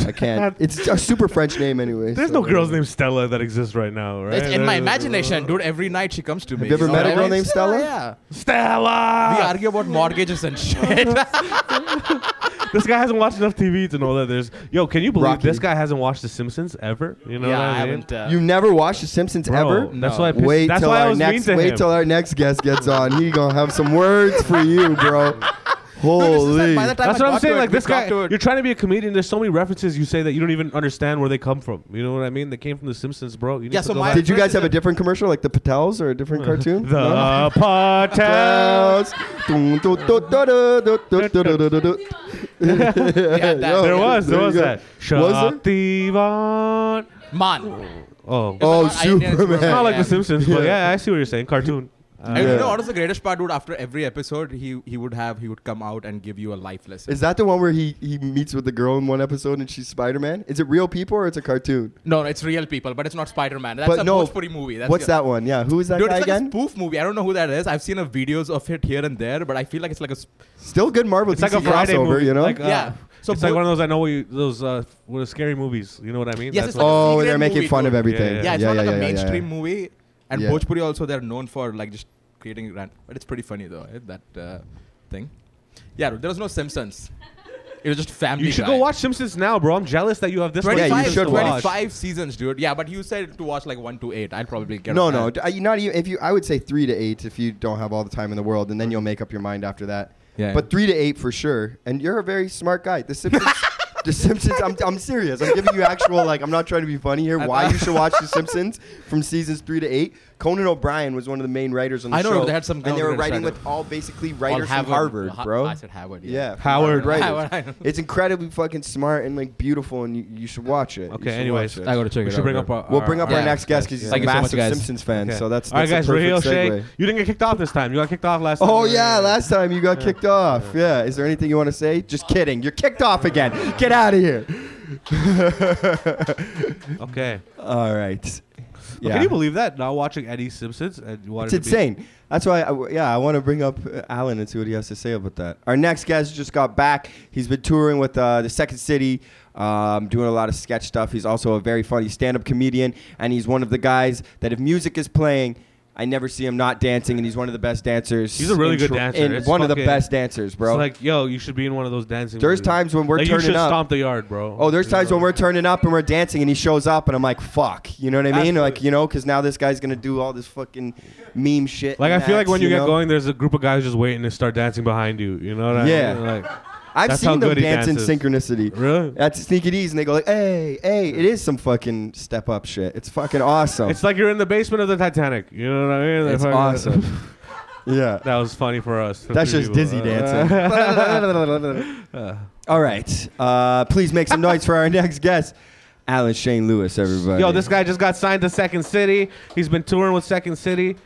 I can't. It's a super French name anyway. There's so- no girl's named Stella that exists right now, right? It's in my imagination, dude. Every night she comes to me. you ever know met what a I girl mean? named Stella? Yeah. Stella! We argue about mortgages and shit. this guy hasn't watched enough TV to know that there's. Yo, can you believe Rocky. this guy hasn't watched The Simpsons ever? You know yeah, what I, I mean? haven't. Uh, You never watched The Simpsons Bro, ever? That's No. why I pissed. Wait that's till why I our was next mean to wait him. till our next guest gets on. He gonna have some words for you, bro. Holy. by the time that's I what I'm got to saying. it, Like we this guy, got to it. you're trying to be a comedian. There's so many references you say that you don't even understand where they come from. You know what I mean? They came from The Simpsons, bro. You need Yeah, to so go my- back. Did you guys have a different commercial, like the Patels, or a different cartoon? the No? Patels. Patels. Dun, dun, dun, dun, dun, dun, dun, dun, dun, dun, dun. yeah, that- Yo. There was, there There you was go. that. Was there? Shaktivan. Man. Oh, it's Oh, I didn't- not Superman. like The Simpsons, but Yeah. yeah, I see what you're saying. Cartoon. Uh, And Yeah. you know what was the greatest part, dude? After every episode, he he would have he would come out and give you a life lesson. Is that the one where he, he meets with the girl in one episode and she's Spider Man? Is it real people or it's a cartoon? no, no, it's real people, but it's not Spider Man. That's But a no, Bhojpuri movie. That's What's the- that one? Yeah, who is that Dude, guy it's like a again? spoof movie. I don't know who that is. I've seen a videos of it here and there, but I feel like it's like a sp- Still good Marvel It's like DC a Friday crossover, movie, you know? like, uh, yeah. So it's like Bho- one of those I know what you, those uh, what are scary movies. You know what I mean? Yes, That's it's what- like- oh, secret they're making movie, fun of dude. everything. Yeah, yeah, it's not like yeah, a yeah, yeah. mainstream movie. And Yeah. Bhojpuri also they're known for like just creating rant, but it's pretty funny though eh, that uh, thing. Yeah, dude, there was no Simpsons. It was just family. you should Guy. go watch Simpsons now, bro. I'm jealous that you have this. much 25, Yeah, you Simpsons should to watch. 25 seasons, dude. Yeah, but you said to watch like one to eight. I'll probably get No, on no, that. d- I- not even if you. I would say three to eight if you don't have all the time in the world, and then you'll make up your mind after that. Mm. Yeah. But three to eight for sure. And you're a very smart guy. The Simpsons. the Simpsons. I'm, I'm serious. I'm giving you actual like. I'm not trying to be funny here. I Why thought- you should watch The Simpsons from seasons three to eight. Conan O'Brien was one of the main writers on the I know, show. they had some and they were Conan writing writer. with all basically Or writers from Harvard, Ha- bro. I said Howard. yeah, Yeah. from Howard. writers. Howard, I know. It's incredibly fucking smart and like beautiful, and you, you should watch it. You Okay, should anyways, watch it. I gotta check We it should out. bring up dude. our. We'll bring up our Yeah. next guest because he's Thank a you so much, massive guys. Simpsons fan. Okay. So that's, all right, that's guys. a perfect Radio segue. Shake. You didn't get kicked off this time. You got kicked off last. Oh time. yeah, last time you got kicked off. Yeah. Is there anything you want to say? Just kidding. You're kicked off again. Get out of here. Okay. All right. But Can you believe that? Not watching any Simpsons and you wanted It's to be- insane. That's why, I w yeah, I want to bring up uh, Alan and see what he has to say about that. Our next guest just got back. He's been touring with uh, the Second City, um, doing a lot of sketch stuff. He's also a very funny stand-up comedian, and he's one of the guys that if music is playing, I never see him not dancing, and he's one of the best dancers. He's a really in good Tor- dancer. in- It's one of the fucking- best dancers, bro. It's like, yo, you should be in one of those dancing. There's movies. times when we're like, you turning should up. stomp the yard, bro. Oh, there's You times know? when we're turning up and we're dancing, and he shows up, and I'm like, "Fuck," you know what I mean? Absolutely. Like, you know, because now this guy's gonna do all this fucking meme shit. Like I and feel like acts, when you, get know? going, there's a group of guys just waiting to start dancing behind you. You know what I Yeah. mean? Like, I've That's how seen them good he dance in dances. synchronicity. really? At Sneak It Ease, and they go like, "Hey, hey!" It is some fucking step up shit. It's fucking awesome. It's like you're in the basement of the Titanic. You know what I mean? They're It's fucking- awesome. yeah, That was funny for us. for that's three just people. dizzy Uh, dancing. All right, uh, please make some noise for our next guest, Alan Shane Lewis. Everybody. Yo, this guy just got signed to Second City. He's been touring with Second City.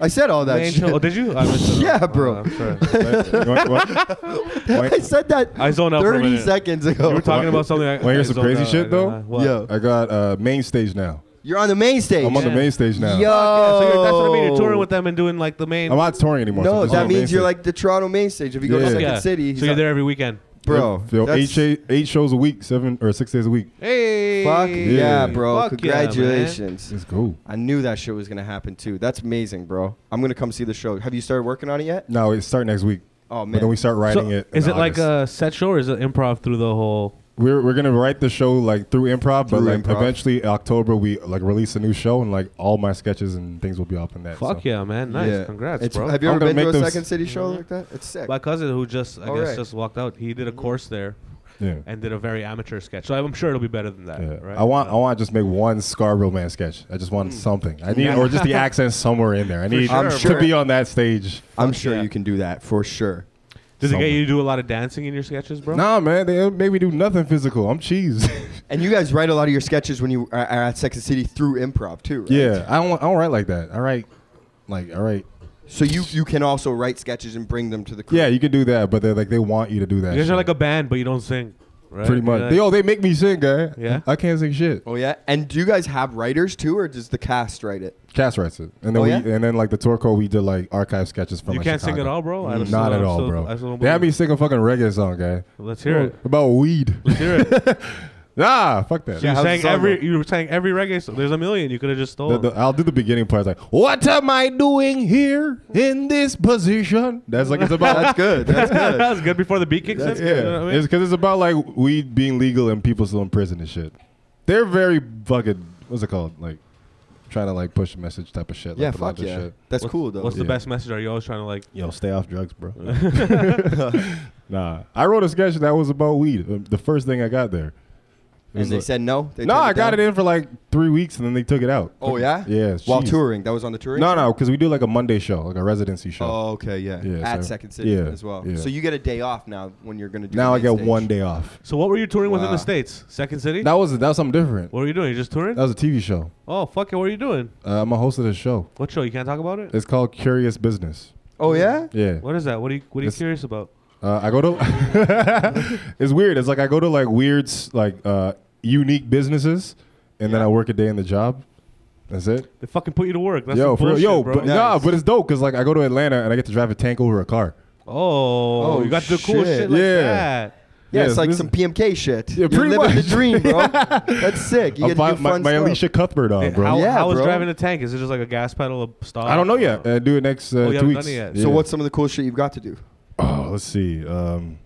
I said all that Main shit. show- Oh, did you? I missed it. Yeah, Oh, bro. I'm sorry. What- what- I said that I zoned out for a 30 minute. seconds ago. You were talking about something. I, Wanna hear I some zoned crazy out. shit, I- though? I- what? Yo. I got uh, main stage now. You're on the main stage. I'm on the Yeah. main stage now. Yo. Yeah, so you're, that's what I mean. Oh. You're touring with them and doing like the main. I'm not touring anymore. so I'm No, just on that the main means you're stage. like the Toronto main stage. If you go to Yeah. Second Yeah. City, he's so you're on- there every weekend. bro. Yo, eight, that's- sh- eight shows a week, seven or six days a week. Hey. Fuck yeah, Yeah. bro. Fuck yeah, man. Congratulations. Let's go. I knew that shit was going to happen too. That's amazing, bro. I'm going to come see the show. Have you started working on it yet? No, it start next week. Oh, man. But then we start So, writing it. in is it like uh, August. a set show or is it improv through the whole? We're we're gonna write the show like through improv, Through but like improv. eventually October we like release a new show and like all my sketches and things will be up in that. Fuck so. yeah, man! Nice, Yeah. congrats, It's- bro. Have you I'm ever gonna been to make a those- Second City show like that? It's sick. My cousin who just I All guess right. just walked out. He did a course there yeah. and did a very amateur sketch. So I'm sure it'll be better than that. Yeah. Right? I want I Uh, want to just make one Scarborough man sketch. I just Hmm. want something. I need Yeah. or just the accent somewhere in there. I need sure, to sure. be on that stage. I'm sure yeah. you can do that for sure. Does it get somewhere. you to do a lot of dancing in your sketches, bro? Nah, man, they made me do nothing physical. I'm cheese. And you guys write a lot of your sketches when you are are at Second City through improv too, right? yeah, I don't I don't write like that. I write like all right. So you you can also write sketches and bring them to the crew. Yeah, you can do that, but they like they want you to do that. You guys shit. are like a band, but you don't sing. Right? pretty much. You're They like- oh they make me sing, guy. Yeah? I can't sing shit. Oh yeah. And do you guys have writers too, or does the cast write it? Cass writes it, and then Oh, we yeah? and then like the tour call, we did like archive sketches from. you like, can't sing at Chicago. Mm. all, bro. I just- Not I at just all, don't- bro. I just don't They had me believe sing a fucking reggae song, guy. it. Let's hear it. About weed. Let's hear it. nah, fuck that. you how's the sang song every. go? You sang every reggae. song. There's a million. You could have just The- stolen. the- I'll do the beginning part. Like, what am I doing here in this position? That's like it's about. That's good. That's good. that was good before the beat kicks that's, in. yeah, You know what I mean? it's because it's about like weed being legal and people still in prison and shit. They're very fucking. What's it called? Like, trying to like push a message type of shit. yeah, like, a lot fuck of yeah. Shit. That's What's- cool though. What's the Yeah. best message? Are you always trying to like? Yo, stay off drugs, bro. nah, I wrote a sketch that was about weed. um, The first thing I got there. and was they like- said no. They no, turned I got down? it in for like three weeks and then they took it out. Oh yeah. Yeah. While jeez. touring, that was on the touring. No, no, because we do like a Monday show, like a residency show. Oh, okay, yeah. Yeah, At so- Second City yeah, as well. yeah. So you get a day off now when you're gonna do. now the I main get stage. one day off. So what were you touring with in Wow. the states? Second City. That was that was something different. What were you doing? You just touring? That was a TV show. Oh fuck it! What are you doing? Uh, I'm a host of the show. What show? You can't talk about it. It's called Curious Business. Oh yeah. Yeah. What is that? What are you What are you It's- curious about? Uh, I go to. it's weird. It's like I go to like weird, s- like uh, unique businesses, and then Yeah. I work a day in the job. That's it. They fucking put you to work. That's yo, some for real- bullshit, yo, bro. but nah, Nice. but it's dope because like I go to Atlanta and I get to drive a tank over a car. Oh, Oh, you got to do cool shit. shit, like Yeah. that. Yeah, it's Yes, like this- some PMK shit. Yeah, You're pretty living much. the dream, bro. That's sick. You I'm get fi- to do my, fun my stuff. Alicia Cuthbert on, Hey, Oh, bro. How, Yeah, how is bro. driving a tank? Is it just like a gas pedal, a stop? I don't know yet. Uh, Uh, do it next uh, Oh, you two haven't weeks. done it yet. Yeah. So what's some of the cool shit you've got to do? Oh, let's see. Um,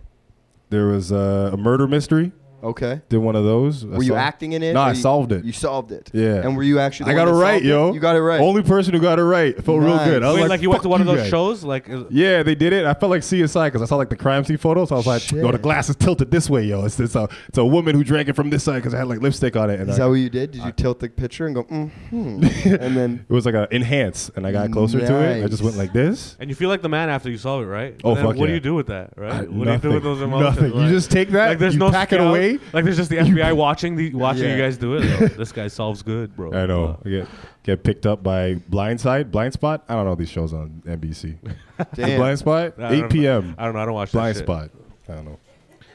there was uh, a murder mystery. Okay. Did one of those. Were you acting in it? No, or I you- solved it. You solved it. Yeah. And were you actually? the I one got it that right, solved yo. You got it right. Only person who got it right. Felt Nice. real good. I was Wait, like, you went to "Fuck one of those guys." shows? Like, is, Yeah, they did it. I felt like CSI because I saw like the crime scene photos. I was like, Shit. yo, the glass is tilted this way, yo. It's this, uh, it's a woman who drank it from this side because I had like lipstick on it. And Is I- that what you did? Did you tilt the picture and go, mm-hmm, and then? it was like a enhance, and I got closer to it. I just went Nice. like this. and you feel like the man after you solve it, right? Oh, And then fuck What do yeah. you do with that, right? I- what do you do with those emotions? Nothing. Like- you just take that. like there's you no pack it scout. away. Like there's just the FBI watching the watching Yeah. you guys do it. Yo, this guy solves good, bro. I Uh, know. I get get picked up by Blindside, Blind Spot. I don't know these shows on NBC. Damn. Blind Spot, I don't know. eight p.m. I don't know. I don't watch that Blind shit. Spot. I don't know.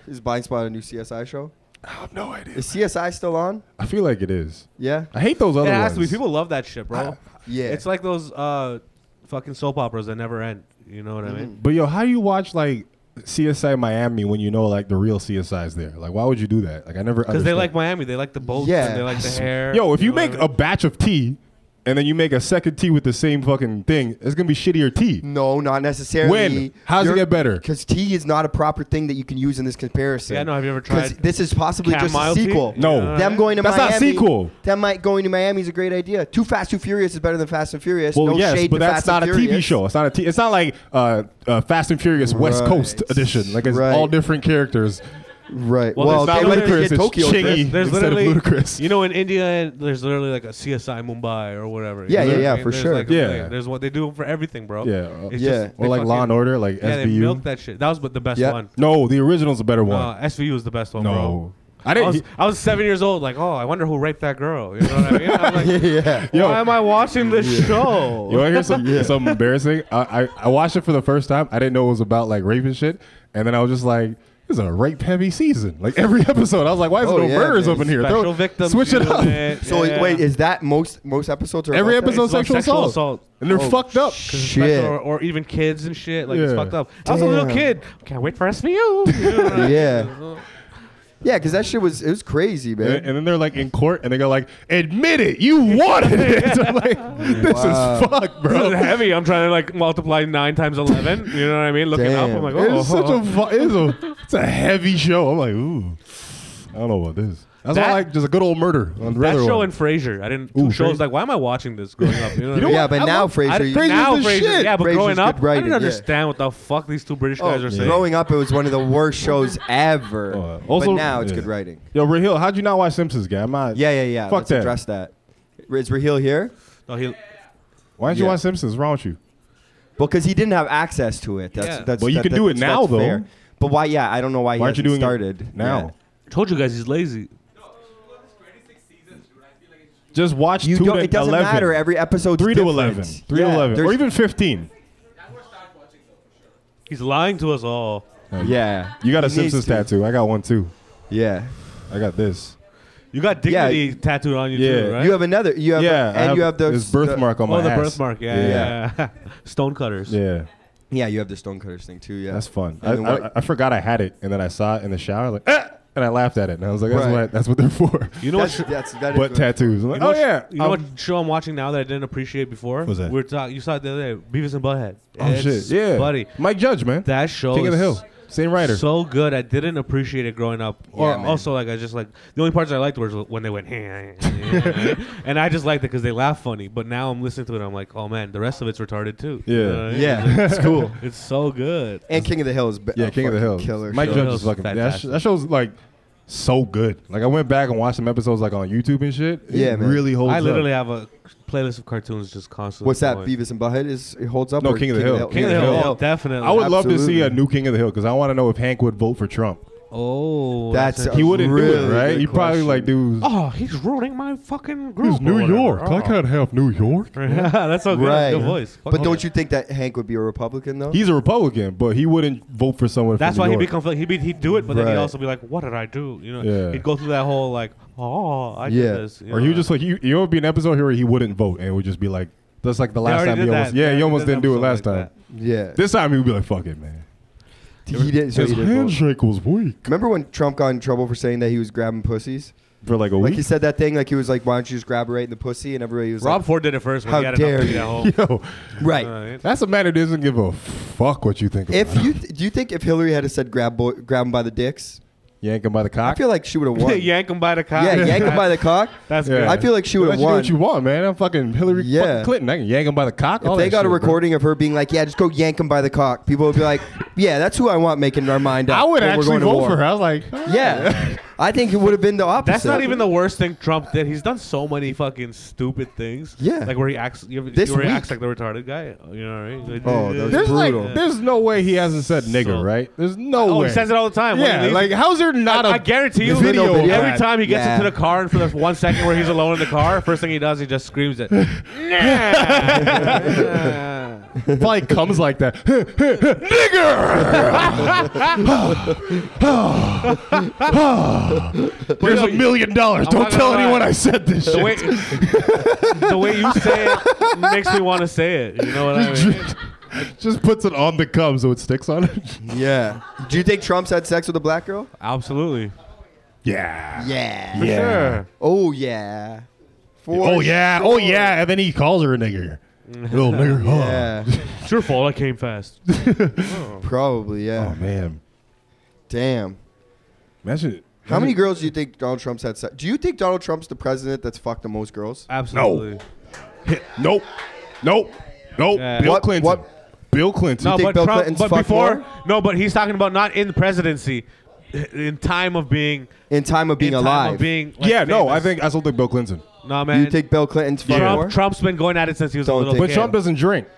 Is Blind Spot a new CSI show? I have no idea. Is CSI still on? I feel like it is. Yeah. I hate those other it has ones. to be. People love that shit, bro. Yeah. It's like those uh, fucking soap operas that never end. You know what I mean? But yo, how do you watch like CSI Miami when you know like the real CSI is there? Like, why would you do that? Like, I never. Because they understood. like Miami. They like the boats. Yeah. And they like the hair. Yo, if you, know make what I a mean? batch of tea and then you make a second tea with the same fucking thing, it's gonna be shittier tea. Mm, no, not necessarily. When? How's it get better? Because tea is not a proper thing that you can use in this comparison. Yeah, no, have you ever 'Cause tried This is possibly just a chamomile tea? sequel. No. You know what I Them mean? going to That's not Miami. sequel. Them might going to Miami is a great idea. Too Fast, Too Furious is better than Fast and Furious. Well, no yes, shade but to that's Fast not a and TV Furious. show. It's not a. T- it's not like uh, uh, Fast and Furious West Right. Coast edition. Like it's Right. all different characters. Right. Well, Well, it's not they went to Ludacris, get it's Tokyo Chingy. Drift. There's, there's Instead of literally, ludicrous. you know, in India, there's literally like a CSI Mumbai or whatever. you Yeah, know yeah, what I yeah, mean? for There's sure. like a Yeah. thing. there's what they do for everything, bro. Yeah. It's Yeah. just- Or they like Law and fucking- Order, like Yeah, they milked SBU. that shit. That was but the best Yeah. one. Uh, no, the original's a better one. No, SVU was the best one, no, bro. I I didn't. was, I was seven years old. Like, oh, I wonder who raped that girl. You know what I mean? I'm like, yeah. Yo. why am I watching this show? You want to hear some, something embarrassing? I, I, I watched it for the first time. I didn't know it was about like rape and shit. And then I was just like, this is a rape heavy season. Like every episode, I was like, why is Oh, there no yeah, murders man. up in here? Special Throw- victims. Switch it unit, up. So yeah. wait, is that most most episodes? Are Every about that? episode It's like sexual, sexual assault. assault. And they're Oh, fucked up. Shit. Or, or even kids and shit. Like it's Yeah. fucked up. I was a little Damn. kid. Can't wait for SVU. You know what I mean? Yeah. Yeah, because that shit was it was crazy, And, man. and then they're like in court and they go like, admit it, you wanted it. I'm like, this Wow. is fucked, This is bro. heavy. I'm trying to like multiply nine times eleven. You know what I mean? Looking up, I'm Damn. like, It oh, is such a fu- it is a it's a heavy show. I'm like, ooh, I don't know about this. That's why That- I like just a good old murder. On that regular show one. and Frasier. I didn't. Two Ooh, shows Frasier. like, why am I watching this growing up? You know, what I mean? yeah, but I now love- Frasier. I, you- Frasier- now the Frasier, shit. yeah, but Frasier's growing up, good writing, I didn't yeah. understand what the fuck these two British guys are Oh, saying. growing up, it was one of the worst shows ever. Oh, uh, also- but now it's yeah. good writing. Yo, Raheel, how'd you not watch Simpsons, guy? I'm not. Yeah, yeah, yeah. Fuck Let's that. address that. Is Raheel here? No, Oh, he- Why didn't you Yeah. watch Simpsons? What's wrong with you? Well, because he didn't have access to it. That's Yeah. that's. Well, you that- can that- do it that's- now, that's though. fair. But why? Yeah, I don't know why. he Why aren't you hasn't doing started it now? yet. told you guys he's lazy. Just watch You 2 don't, to it doesn't 11. matter. Every episode. 3 to 11. 3 to 11. Or even 15. He's lying to us all. Yeah. You got a He needs Simpsons to. tattoo. I got one, too. Yeah. I got this. You got Yeah. dignity tattooed on you Yeah. too, right? You have another. You have. yeah. I And you have the This birthmark on my oh, the ass. birthmark. Yeah, yeah. yeah. Stone cutters. Yeah. Yeah, you have the stonecutters thing too. Yeah. That's fun. I, And then what- I, I forgot I had it, and then I saw it in the shower, like, "Ah!" and I laughed at it, and I was like, "That's Right. what that's what they're for." You know what? That's- that's- that is Butt good. tattoos. I'm like, you know oh what- yeah. You know I'm- what show I'm watching now that I didn't appreciate before? What's that? We're talking. You saw it the other day. Beavis and Butthead. Oh shit. It's Yeah. buddy. Mike Judge, man. That show. King of the is Hill. Same writer. So good. I didn't appreciate it growing up. Or Yeah, man. also like I just like the only parts I liked were when they went and I just liked it because they laugh funny. But now I'm listening to it. I'm like, oh man, the rest of it's retarded too. Yeah. what I mean? Yeah, it's cool. It's so good. And King of the Hill is be- Yeah, a King of the fucking Hill. Killer. Mike show. Judge Hill's is fucking. That, sh- fantastic. that show's like so good. Like I went back and watched some episodes like on YouTube and shit. It Yeah, man. really holds. I literally up. have a playlist of cartoons just constantly. What's that? going. Beavis and Butthead is it holds up. No, or King of the Hill. King of the Hill. oh, definitely. I would love to see a Absolutely. new King of the Hill because I want to know if Hank would vote for Trump. Oh, That's interesting. He wouldn't do really it, right? good He probably question. like, dude, Oh, he's ruining my fucking group. who's or New whatever. York? Oh. I can't have New York. That's so good. Right. Good voice. Fuck But all don't that. you think that Hank would be a Republican though? He's a Republican, but he wouldn't vote for someone. That's from why New he'd be York. conflicted. He'd, be, he'd do it, but then he'd Right. also be like, "What did I do?" You know, Yeah. he'd go through that whole like, "Oh, I Yeah. did this." you Or know. he would just like you. You know, it'd be an episode here where he wouldn't vote, and it would just be like, that's like the last already time he did almost. that. Yeah, They he almost already didn't did an do it last episode time. like yeah. This time he'd be like, fuck it, man. he did. So His he did vote. handshake was weak Remember when Trump got in trouble for saying that he was grabbing pussies? for like a Like week. he said that thing, like he was like, "Why don't you just grab her right in the pussy?" And everybody was Rob Ford did it first. When How he had dare enough to you. get home. Yo, like, "Right." Alright. that's a man who doesn't give a fuck what you think. If about you th- do, you think if Hillary had said grab boy, grab him by the dicks, yank him by the I cock, feel like she would have won. yank him by the collar. yeah, yank him by the cock. That's Yeah. good. I feel like she would have Let you do won. what you want, man. I'm fucking Hillary Yeah. fucking Clinton. I can yank him by the cock. all If they that got a shit, bro. recording of her being like, "Yeah, just go yank him by the cock," people would be like, "Yeah, that's who I want making our mind up." I would when we're actually going to vote war." for her. I was like, all right. Yeah, I think it would have been the opposite. That's not even the worst thing Trump did. He's done so many fucking stupid things. Yeah. like where he acts. You ever, This where he week. acts like the retarded guy. You know what I mean? Like, Oh, that was There's Brutal. like, there's no way he hasn't said nigger, So- right? There's no Oh, way. he says it all the time. When he Yeah, leaves- like how's there not a I guarantee you, video No of video. every that? time he gets Yeah. into the car and for the one second where he's alone in the car, first thing he does, he just screams it. Nah. Probably comes like that. Nigger! Here's a million dollars. Don't not tell gonna anyone lie. I said this The way, shit. the way you say it makes me want to say it. You know what I mean? Just puts it on the cum so it sticks on it. Yeah. Do you think Trump's had sex with a black girl? Absolutely. Yeah. Yeah. For Yeah. sure. Oh yeah. For Oh yeah, oh sure. yeah, and then he calls her a nigger. Little nigger. Oh. Yeah. It's your fault. I came fast. Probably. Yeah. Oh man, Damn. imagine How many girls do you think Donald Trump's had sex? Do you think Donald Trump's the president that's fucked the most girls? Absolutely. Nope, nope, nope. Yeah. Bill What- Clinton. Bill Clinton. No, think but Bill Trump, Clinton's but fucked before more? no, but he's talking about not in the presidency, in time of being In time of being in time alive. of being. like, yeah, no, I famous. think I still think Bill Clinton. no do man. you think Bill Clinton's fucked Trump, more? Trump's been going at it since he was Don't a little think- But kid. Trump doesn't drink,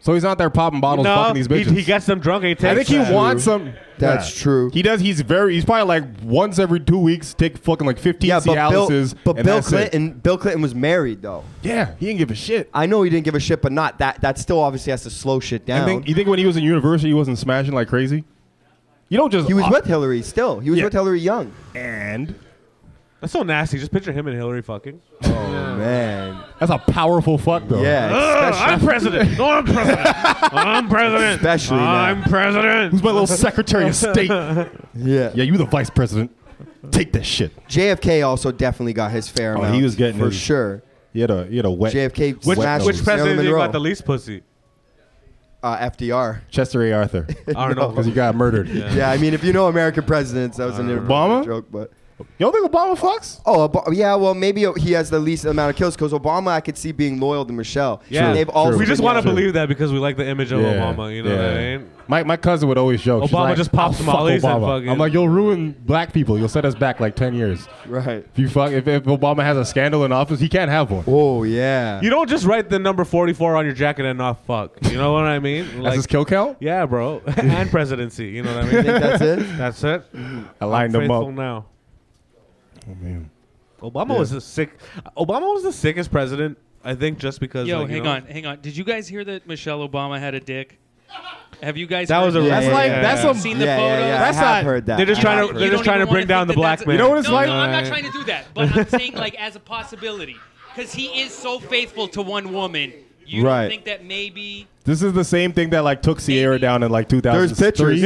so he's not there popping bottles, no, fucking these he, bitches. he gets them drunk and he takes. I think he them. wants some. That's true. He does. He's very. He's probably like once every two weeks, take fucking like fifteen yeah, but Bill, Cialises. but and Bill that's it. Clinton, Bill Clinton was married though. Yeah, he didn't give a shit. I know he didn't give a shit, but not that. That still obviously has to slow shit I down. think. You think when he was in university, he wasn't smashing like crazy. You don't just. he was with Hillary still. He was Uh, Yeah. with Hillary Young. and That's so nasty. Just picture him and Hillary fucking. Man, that's a powerful fuck though. Uh, yeah, especially, I'm president. No, I'm president. I'm president. Especially now. I'm president. Who's my little Secretary of State? Yeah, yeah. you the Vice President. Take that shit. JFK also definitely got his fair Oh, amount. he was getting for his- sure. You had a you had a wet JFK Which- smashed Which Marilyn president do you Monroe. got the least pussy? uh, FDR. Chester A. Arthur I don't know. because he got murdered. Yeah, I mean, if you know American presidents, that was an Uh, Obama? inappropriate joke, but. You don't think Obama fucks? Oh, Ob- yeah. Well, maybe he has the least amount of kills because Obama, I could see being loyal to Michelle. Yeah. they've all. True. We just True. want to True. believe that because we like the image of Obama. You know what I mean? My my cousin would always joke. she's Obama like, just pops "I'll fuck Molly's and Obama." fucking- I'm like, you'll ruin black people. You'll set us back like ten years. right. If you fuck, if, if Obama has a scandal in office, he can't have one. Oh yeah. You don't just write the number 44 on your jacket and not fuck. You know what I mean? That's his kill count. yeah, bro. and presidency. You know what I mean? think that's it? That's it. I lined him Faithful up. now. Oh, man. Obama was the sick. Obama was the sickest president. I think just because. Yo, like, you hang know- on, hang on. Did you guys hear that Michelle Obama had a dick? Have you guys? That heard was a- that? Yeah, That's yeah, like yeah, that's yeah. a Seen Yeah, the yeah, photo. yeah. That's I have not- heard that. They're just I trying have to- heard they're You just don't trying even to wanna bring down think the that black that's a- man. You know what it's no, like? No, I'm not trying to do that. But I'm saying like as a possibility because he is so faithful to one woman. You don't Right. think that maybe? This is the same thing that like took Sierra down in like 2003. There's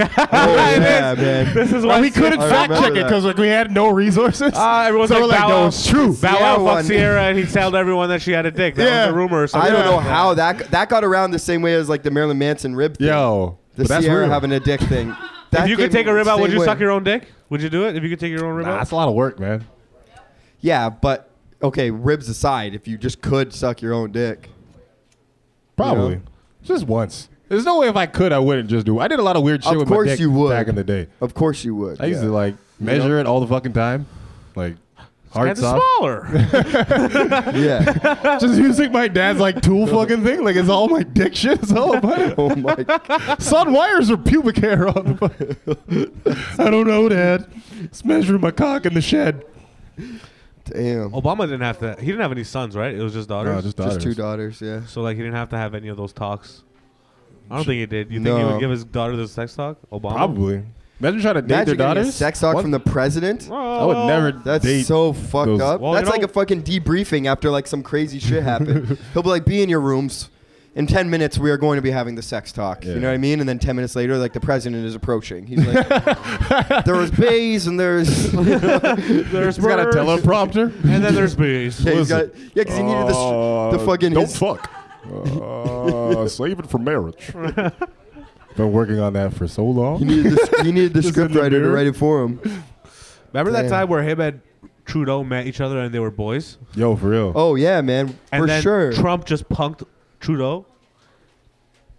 pictures. Oh yeah, man. This is Well, why we couldn't I fact check remember it that. because like we had no resources. Ah, everyone's so like, we're like, Bow no, Wow- it's true. Bow Sierra Wow won. fucked Sierra and he told everyone that she had a dick. That Yeah. was a rumor or I something. don't know how that g- that got around the same way as like the Marilyn Manson rib thing. Yo, the but that's Sierra real. having a dick thing. That If you could came take a rib out, would same you way. suck your own dick? Would you do it if you could take your own rib Nah, that's out? a lot of work, man. Yeah, but okay, ribs aside, if you just could suck your own dick. Probably Yeah. just once. There's no way if I could, I wouldn't just do. it. I did a lot of weird shit Of with course my dick you would. back in the day. Of course you would. I used yeah. to like measure it all the fucking time, like hard That's soft. smaller. Yeah. Just using my dad's like tool fucking thing. Like it's all my dick shit. It's all about it. oh my. God. Son wires or pubic hair on the fucking. I don't know, Dad. Just measuring my cock in the shed. Damn. Obama didn't have to. He didn't have any sons, right? It was just daughters. No, just Just two daughters. daughters. Yeah. So like he didn't have to have any of those talks. I don't think he did. You think he No. would give his daughter the sex talk? Obama. Probably. Imagine trying to date Imagine getting their a daughters. sex talk What? from the president. Oh, I would never That's date. so fucked those- up. Well, That's you like know- a fucking debriefing after like some crazy shit happened. He'll be like, "Be in your rooms. In ten minutes, we are going to be having the sex talk." You Yeah. know what I mean? And then ten minutes later, like the president is approaching. He's like, "There was bays and there's There's He's got a birds, teleprompter. and then there's bees. yeah, he's got, yeah, because he needed the, s- the fucking Uh, Don't his- fuck. Uh, save it for marriage. Been working on that for so he long. needed the, s- he needed the Just in the scriptwriter to mirror. write it for him. Remember that Damn. time where him and Trudeau met each other and they were boys? Yo, for real. Oh yeah, man, And for then sure. Trump just punked Trudeau.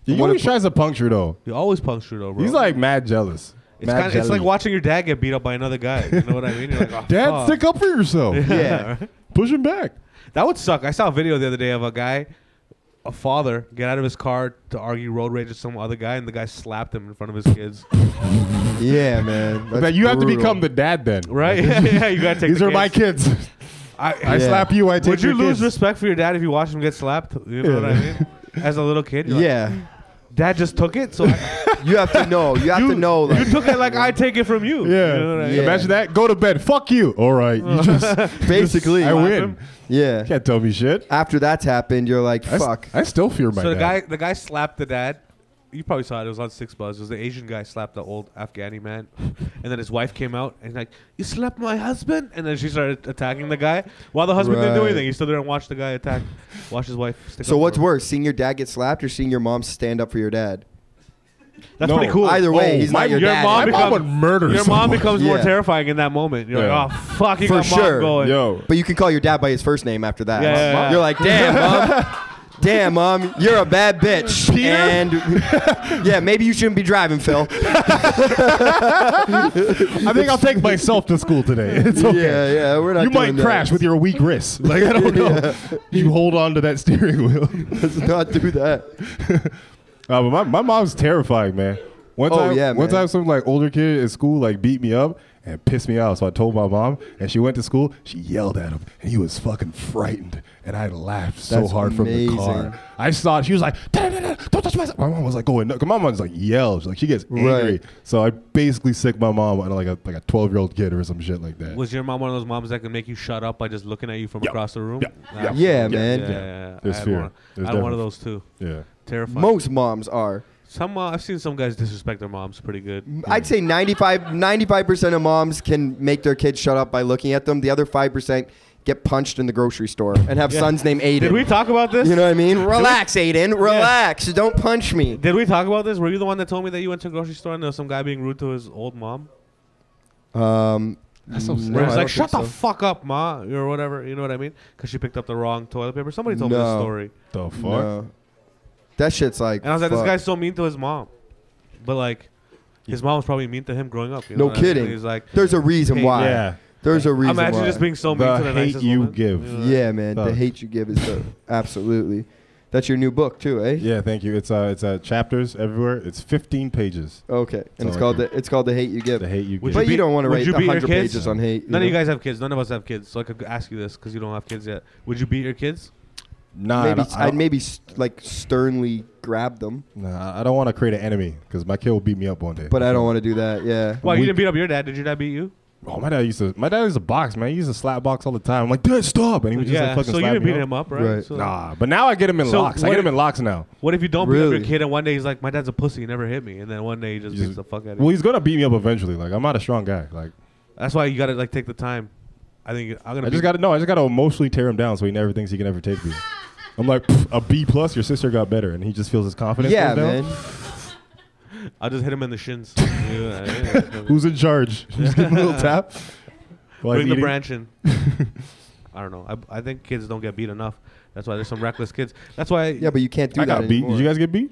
he what always if- tries to puncture though. He always punks Trudeau, bro. He's like mad jealous. it's, mad kinda, it's like jealous. watching your dad get beat up by another guy. You know what I mean? You're like, oh, Dad, fuck. stick up for yourself. yeah, Push him back. That would suck. I saw a video the other day of a guy, a father, get out of his car to argue road rage with some other guy, and the guy slapped him in front of his kids. yeah, man. But That's you have to brutal. become the dad then. Right? yeah, yeah, you gotta take. These the are my kids. I, I Yeah. slap you. I take Would you your lose kids. respect for your dad if you watched him get slapped? You know what I mean? as a little kid. You're like, yeah. Dad just took it, so I, You have to know. You have to know. Like, you took it like I take it from you. Yeah. You know what I mean? Yeah. Imagine that. Go to bed. Fuck you. All right. You just basically. I him. win. Yeah. Can't tell me shit. After that's happened, you're like, I s- fuck. I still fear my So the dad. guy, the guy slapped the dad. You probably saw it. It was on Six Buzz. It was the Asian guy slapped the old Afghani man, and then his wife came out and like, "You slapped my husband!" And then she started attacking the guy. While the husband didn't do Right. anything, he stood there and watched the guy attack, watch his wife. Stick So up what's for him. worse, seeing your dad get slapped or seeing your mom stand up for your dad? That's No. pretty cool. Either way, Oh, he's my- not your, your dad. mom my mom become- would murder Your someone. mom becomes more Yeah. terrifying in that moment. You're Yeah. like, "Oh fuck, you For got sure. mom going." Yo. But you can call your dad by his first name after that. Yeah, yeah, yeah. You're like, damn, mom. Damn, mom, you're a bad bitch. Peter? And yeah, maybe you shouldn't be driving, Phil. I think I'll take myself to school today. It's okay. Yeah, yeah, we're not You might doing that. crash with your weak wrist. Like I don't know. You hold on to that steering wheel. Let's not do that. Uh, but my, my mom's terrifying, man. One Oh, time, yeah, one man. time, some like older kid at school like beat me up and pissed me off. So I told my mom, and she went to school. She yelled at him, and he was fucking frightened. And I laughed so That's hard from the amazing. car. I saw she was like, "Da, da, da, da, "Don't touch my." son." My mom was like going, "No!" 'cause My mom's like yells, like she gets angry. Right. So I basically sick my mom on like a like a twelve year old kid or some shit like that. Was your mom one of those moms that can make you shut up by just looking at you from Yeah. across the room? Yeah. Ah, Yeah. okay. Yeah, man. Yeah, yeah, yeah. There's I had fear. One, There's I had one of definitely- those too. yeah. Terrifying. Most moms are. Some uh, I've seen some guys disrespect their moms pretty good. I'd say 95 percent of moms can make their kids shut up by looking at them. The other five percent get punched in the grocery store and have Yeah. sons named Aiden. Did we talk about this? you know what I mean? Relax, Aiden. Relax. Don't punch me. Did we talk about this? Were you the one that told me that you went to a grocery store and there was some guy being rude to his old mom? Um, That's so no, sad. Where I it's don't think like, shut the so. fuck up, ma, or whatever. You know what I mean? Because she picked up the wrong toilet paper. Somebody told me this No. story, The fuck. No. That shit's like. and I was like, fuck. this guy's so mean to his mom, but like, his mom was probably mean to him growing up. You No know what I mean? kidding. He's like, There's a reason Hey, why. Yeah. There's a reason I'm actually why. just being so mean The to the hate nicest you woman." give. You know? Yeah, man. The Fuck. hate you give is the absolutely. That's your new book too, eh? Yeah, thank you. It's uh, it's uh, chapters everywhere. It's 15 pages. Okay. And Sounds it's called like the it's called the hate you give. The hate you Would give. but beat- you don't want to would write you beat your 100 kids? pages on hate. None know? of you guys have kids. None of us have kids. So I could ask you this because you don't have kids yet. Would you beat your kids? Nah, Maybe I don't, I I'd don't- maybe st- like sternly grab them, nah, I don't want to create an enemy because my kid will beat me up one day. but uh, I don't want to do that. Yeah. Why you We- didn't beat up your dad? Did your dad beat you? Oh, my dad used to. My dad used to box, man. He used to slap box all the time. I'm like, Dad, stop! And he would just like fucking so you slap didn't me beat up. him up, right? Right. So- Nah, but now I get him in So locks. I what get him if- in locks now. What if you don't beat up Really? your kid and one day he's like, my dad's a pussy, he never hit me, and then one day he just You just- beats the fuck out of Well, you. he's gonna beat me up eventually. Like I'm not a strong guy. Like That's why you gotta like take the time. I think I'm gonna. I beat- just gotta no. I just gotta emotionally tear him down so he never thinks he can ever take me. I'm like "Pff, a B plus. Your sister got better, and he just feels his confidence. Yeah, goes down. man. I'll just hit him in the shins. Yeah, yeah. Who's in charge? just give him a little tap. While he's Bring the eating. branch in. I don't know. I, I think kids don't get beat enough. That's why there's some reckless kids. That's why. Yeah, but you can't do I that got beat. anymore. Did you guys get beat?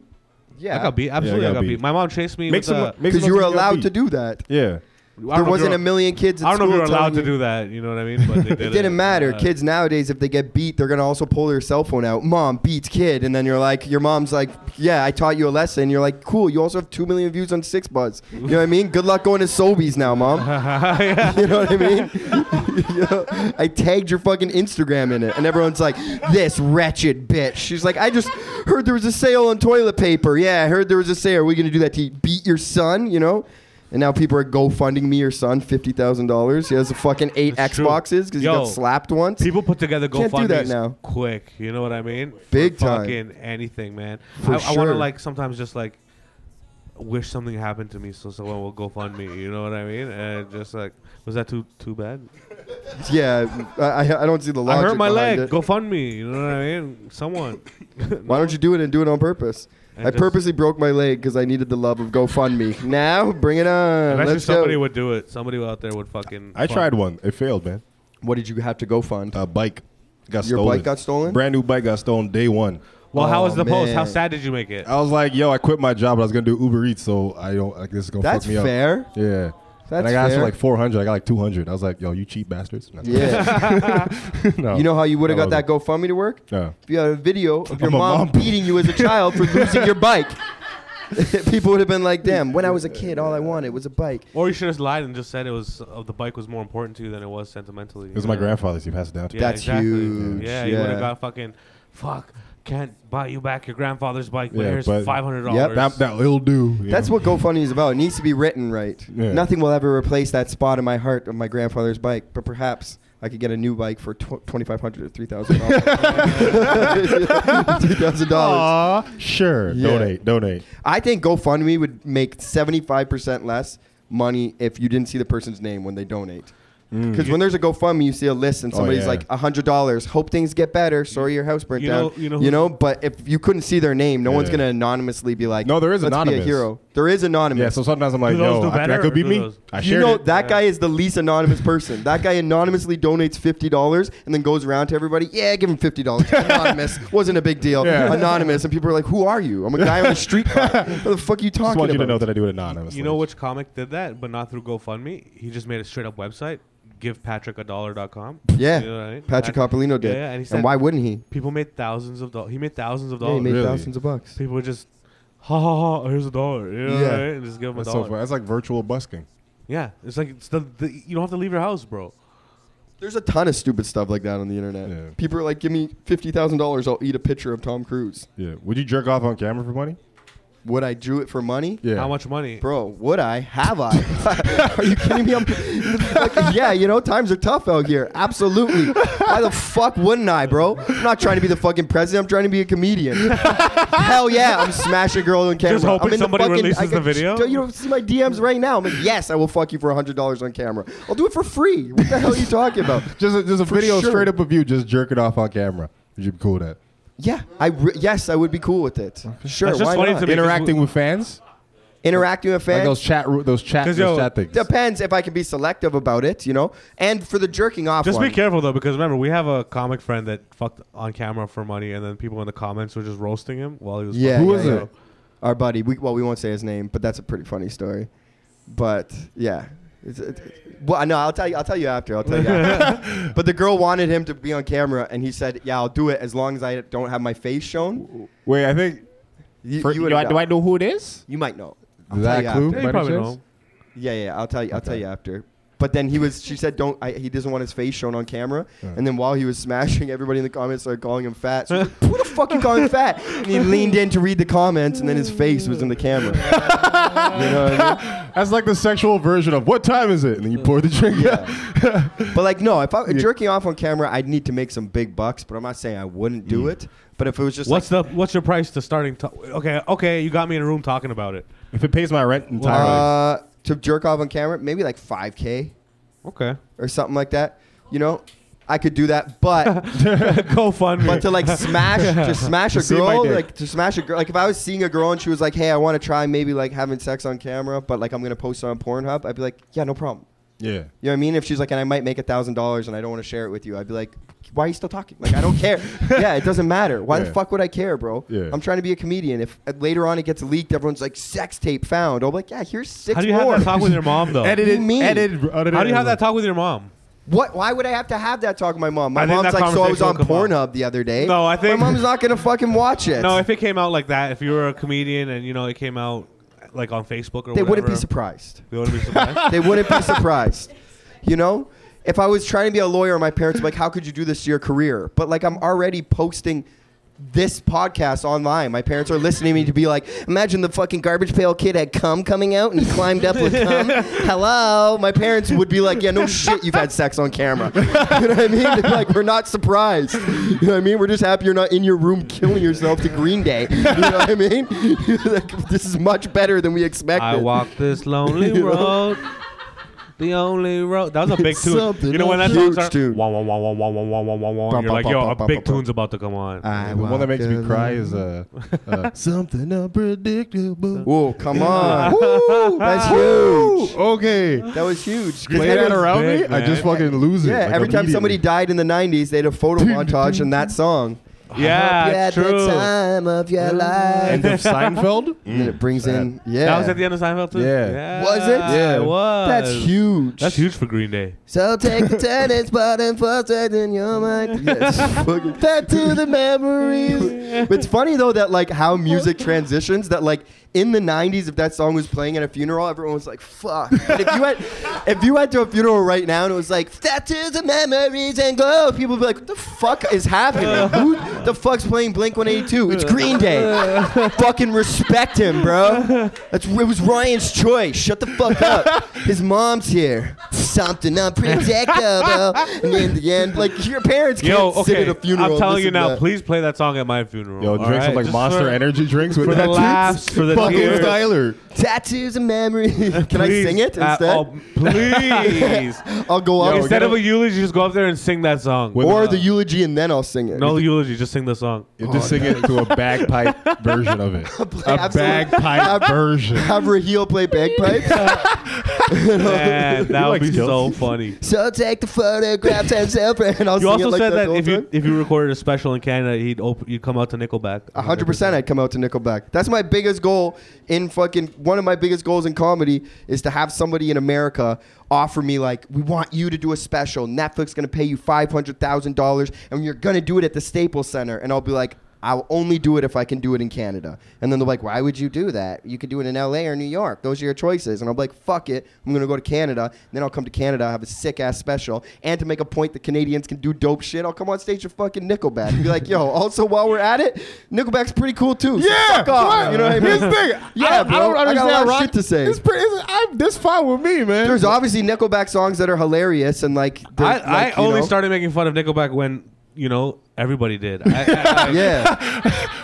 yeah. I got beat. Absolutely, I got, got beat. beat. My mom chased me. uh, Make Because some- make Because some you were up to get allowed beat. to do that. Yeah. There wasn't a million kids. At I don't know if school you were allowed telling to you- do that. You know what I mean? But they did Uh, It didn't matter. Yeah. Kids nowadays, if they get beat, they're gonna also pull their cell phone out. Mom beats kid, and then you're like, your mom's like, yeah, I taught you a lesson. You're like, cool. You also have two million views on Six Buzz. You know what I mean? Good luck going to Sobeys now, mom. Yeah. You know what I mean? You know, I tagged your fucking Instagram in it, and everyone's like, this wretched bitch. She's like, I just heard there was a sale on toilet paper. Yeah, I heard there was a sale. Are we gonna do that to you? beat your son? You know? And now people are GoFunding me your son fifty thousand dollars. He has a fucking eight That's true. Xboxes because he Yo. got slapped once. People put together Can't do that GoFundMe's now. quick. You know what I mean? For Big time. Fucking anything, man. For I, I want to sure. like sometimes just like wish something happened to me so someone will GoFundMe. You know what I mean? And just like, was that too too bad? Yeah, I, I- I don't see the I logic. hurt my behind leg. It. GoFundMe. You know what I mean? Someone. Why don't you do it and do it on purpose? And I just- purposely broke my leg because I needed the love of GoFundMe. Now, bring it on. Imagine Let's somebody go. would do it. Somebody out there would fucking. I fund- tried one. It failed, man. What did you have to GoFund? A bike got Your stolen. bike got stolen? Brand new bike got stolen day one. Well, how Oh, was the post? How man. sad did you make it? I was like, yo, I quit my job. But I was gonna do Uber Eats, so I don't like this is gonna That's fuck me up. fair. Yeah. That's and I got asked fair. for like 400. I got like 200. I was like, yo, you cheap bastards. No. Yeah. no. you know how you would have got I that wasn't. GoFundMe to work? No. If you had a video of your my mom, mom. beating you as a child for losing your bike. People would have been like, damn, when I was a kid, all I wanted was a bike. Or you should have lied and just said it was uh, the bike was more important to you than it was sentimentally. It was my grandfather's. He passed it down to me. That's huge, Yeah, you would have yeah. got fucking fuck. can't buy you back your grandfather's bike, but Yeah, here's but- five hundred Yep, dollars. that that'll do. you That's know. what GoFundMe is about. It needs to be written right. Yeah. Nothing will ever replace that spot in my heart of my grandfather's bike, but perhaps I could get a new bike for tw- twenty five hundred or three thousand dollars. Three thousand dollars. Aw, sure. Yeah. Donate, donate. I think GoFundMe would make seventy five percent less money if you didn't see the person's name when they donate. Because when there's a GoFundMe, you see a list and Mm, Oh, somebody's yeah. like a hundred dollars. Hope things get better. Sorry, your house burnt You down. know- you know you who's- know. But if you couldn't see their name, no one's Yeah. gonna anonymously be like, No, there is Let's Be a anonymous. hero. There is anonymous. Yeah, so sometimes I'm Do like, those yo, do I- that better could or be do me. those- I you shared know it. that guy is the least anonymous person. That guy anonymously donates fifty dollars and then goes around to everybody. Yeah, give him fifty dollars. Anonymous wasn't a big deal. Yeah. Anonymous, and people are like, "Who are you? I'm a guy on the street. corner. what the fuck are you Just talking want you about?" to know that I do it anonymously. You know which comic did that, but not through GoFundMe? He just made a straight up website, givepatrickaDollar.com. yeah, You know what I mean? Patrick Pat- Coppolino did. Yeah, yeah, and he and, said- Oh, why wouldn't he? People made thousands of dollars. He made thousands of Yeah, he dollars. made Really? thousands of bucks. People would just, ha ha ha, here's a dollar. You know what I Yeah. mean? And just give him That's a so dollar. funny. That's like virtual busking. yeah, it's like, it's the, the, you don't have to leave your house, bro. There's a ton of stupid stuff like that on the internet. Yeah. People are like, "Give me fifty thousand dollars, I'll eat a picture of Tom Cruise." Yeah. Would you jerk off on camera for money? Would I do it for money? Yeah. How much money? Bro, would I? Have I? are you kidding me? I'm, like, yeah, you know, times are tough out here. Absolutely. Why the fuck wouldn't I, bro? I'm not trying to be the fucking president. I'm trying to be a comedian. Hell yeah, I'm smashing a girl on camera. hoping I'm in somebody the fucking, releases I the video? You don't see my DMs right now. I'm like, yes, I will fuck you for $100 on camera. I'll do it for free. What the hell are you talking about? Just a, just a video sure. straight up of you just jerking off on camera. Would you be cool with that? Yeah, I re- yes, I would be cool with it. Sure, That's just why funny not? to me. Interacting with fans, Interacting with like fans. those chat, ru- those chat, 'Cause, those yo, chat things. Depends if I can be selective about it, you know. And for the jerking off Just one, be careful though, because remember we have a comic friend that fucked on camera for money, and then people in the comments were just roasting him while he was. Yeah, fucking. Who yeah, is yeah. it? Our buddy. We, well, we won't say his name, but that's a pretty funny story. But yeah, it's, it, it- well, no, I'll tell you. I'll tell you after. I'll tell you. After. but the girl wanted him to be on camera, and he said, "Yeah, I'll do it as long as I don't have my face shown." Wait, I think. You, for- you would've got- know who it is? You might know. I'll Is tell that you a clue? after. Yeah, By you any probably chance? know. Yeah, yeah, yeah. I'll tell you. I'll tell Okay. you after. But then he was. She said, "Don't." I, he doesn't want his face shown on camera. And then while he was smashing, everybody in the comments started calling him fat. So he's like, who the fuck you calling fat? And he leaned in to read the comments, and then his face was in the camera. you know what I mean? That's like the sexual version of what time is it? And then you pour the drink out. Yeah. but like, no, if I am jerking off on camera, I'd need to make some big bucks. But I'm not saying I wouldn't do it. But if it was just What's the what's your price to starting? To- okay, okay, you got me in a room talking about it. If it pays my rent like, entirely. uh, to jerk off on camera, maybe like 5k Okay, or something like that. You know, I could do that. But go fund me. but to like smash to smash a see my girl, dick. like to smash a girl, like if I was seeing a girl and she was like, hey, I want to try maybe like having sex on camera, but like I'm gonna post it on Pornhub, I'd be like, yeah, no problem. yeah. You know what I mean? If she's like, and I might make a thousand dollars and I don't want to share it with you, I'd be like, why are you still talking? Like, I don't care. yeah, it doesn't matter. Why the Yeah. fuck would I care, bro? Yeah. I'm trying to be a comedian. If uh, later on it gets leaked, everyone's like, sex tape found. I'll be like, yeah, here's six How do you more. have that talk with your mom though? do you mean? Edited, edited. Oh. How do you have that talk with your mom? What? Why would I have to have that talk with my mom? My I think mom's that like, so I was conversation on will come Pornhub the other day. No, I think- my mom's not gonna fucking watch it. No, if it came out like that, if you were a comedian and you know it came out like on Facebook or they whatever, wouldn't be surprised. They wouldn't be surprised. they wouldn't be surprised. You know, if I was trying to be a lawyer, my parents would be like, "How could you do this to your career?" But like, I'm already posting this podcast online. My parents are listening to me to be like, "Imagine the fucking garbage pail kid had cum coming out and he climbed up with cum." Hello, my parents would be like, "Yeah, no shit, you've had sex on camera." you know what I mean? They'd be like, "We're not surprised." You know what I mean? We're just happy you're not in your room killing yourself to Green Day. You know what I mean? Like, this is much better than we expected. I walk this lonely You know? road. The only road. That was a big It's tune. something, You know when that huge song starts. tune. Wah, wah, wah, wah, wah, wah, wah, wah, wah, wah. Bum, You're bum, like, bum, yo, bum, a bum, big bum, bum. tune's about to come on. I The one that makes me walk cry alone. is uh, uh, something unpredictable. Whoa, come on. Woo, that's huge. Okay. That was huge. 'Cause Play everyone- that around me. big, I just fucking lose it. yeah, like, every time somebody immediately. died in the 90s, they had a photo montage and that song. Hope you Yeah, had the Ah, true. time of your End life. of Seinfeld. And then it brings in, yeah. That was at the end of Seinfeld too. Yeah. Was it? Yeah, it was. That's huge. That's huge for Green Day. So take the tennis ball and force it in your mind. Yes. Back to the memories. it's funny though that like how music transitions that like in the '90s, if that song was playing at a funeral, everyone was like, "Fuck!" But if you went, if you went to a funeral right now and it was like "Statues of Memories and Glow," people would be like, "What the fuck is happening? Who the fuck's playing Blink 182? It's Green Day. Fucking respect him, bro. That's it was Ryan's choice. Shut the fuck up. His mom's here. Something unpredictable. And in the end, like your parents can't Yo, sit okay. at a funeral. I'm and telling you listen to now, that. please play that song at my funeral. Yo, all drink some right? like Just Monster for- Energy drinks with for the that. laughs, for the tears. Tyler. Tattoos and memories. Can I Please, sing it uh, instead? Oh, oh, please. I'll go up. Instead of a eulogy, just go up there and sing that song. With- or the eulogy and then I'll sing it. no eulogy, just sing the song. You're just singing it to a bagpipe version of it. Oh, A absolute- bagpipe version. Have Raheel play bagpipes. Man, that would be so funny. so take the photographs and celebrate. And I'll You sing also it like said that, that the if whole you time. if you recorded a special in Canada, he'd op- you'd come out to Nickelback. A hundred percent, I'd come out to Nickelback. That's my biggest goal in fucking. One of my biggest goals in comedy is to have somebody in America offer me like, "We want you to do a special. Netflix gonna pay you five hundred thousand dollars, and you're gonna do it at the Staples Center." And I'll be like, "I'll only do it if I can do it in Canada." And then they're like, "Why would you do that? You could do it in L.A. or New York. Those are your choices." And I'm like, "Fuck it. I'm gonna go to Canada. And then I'll come to Canada, have a sick ass special, and to make a point that Canadians can do dope shit, I'll come on stage with fucking Nickelback and be like, "Yo, also while we're at it, Nickelback's pretty cool too." So Yeah, fuck off. You know what I mean? Here's the thing. I, Yeah, don't- I bro. don't I got a understand lot of rock shit to say. It's pretty, it's, I'm, this fine with me, man. There's obviously Nickelback songs that are hilarious and like. they're, I, like, I you only know, started making fun of Nickelback when you know everybody did. I, I- I- Yeah,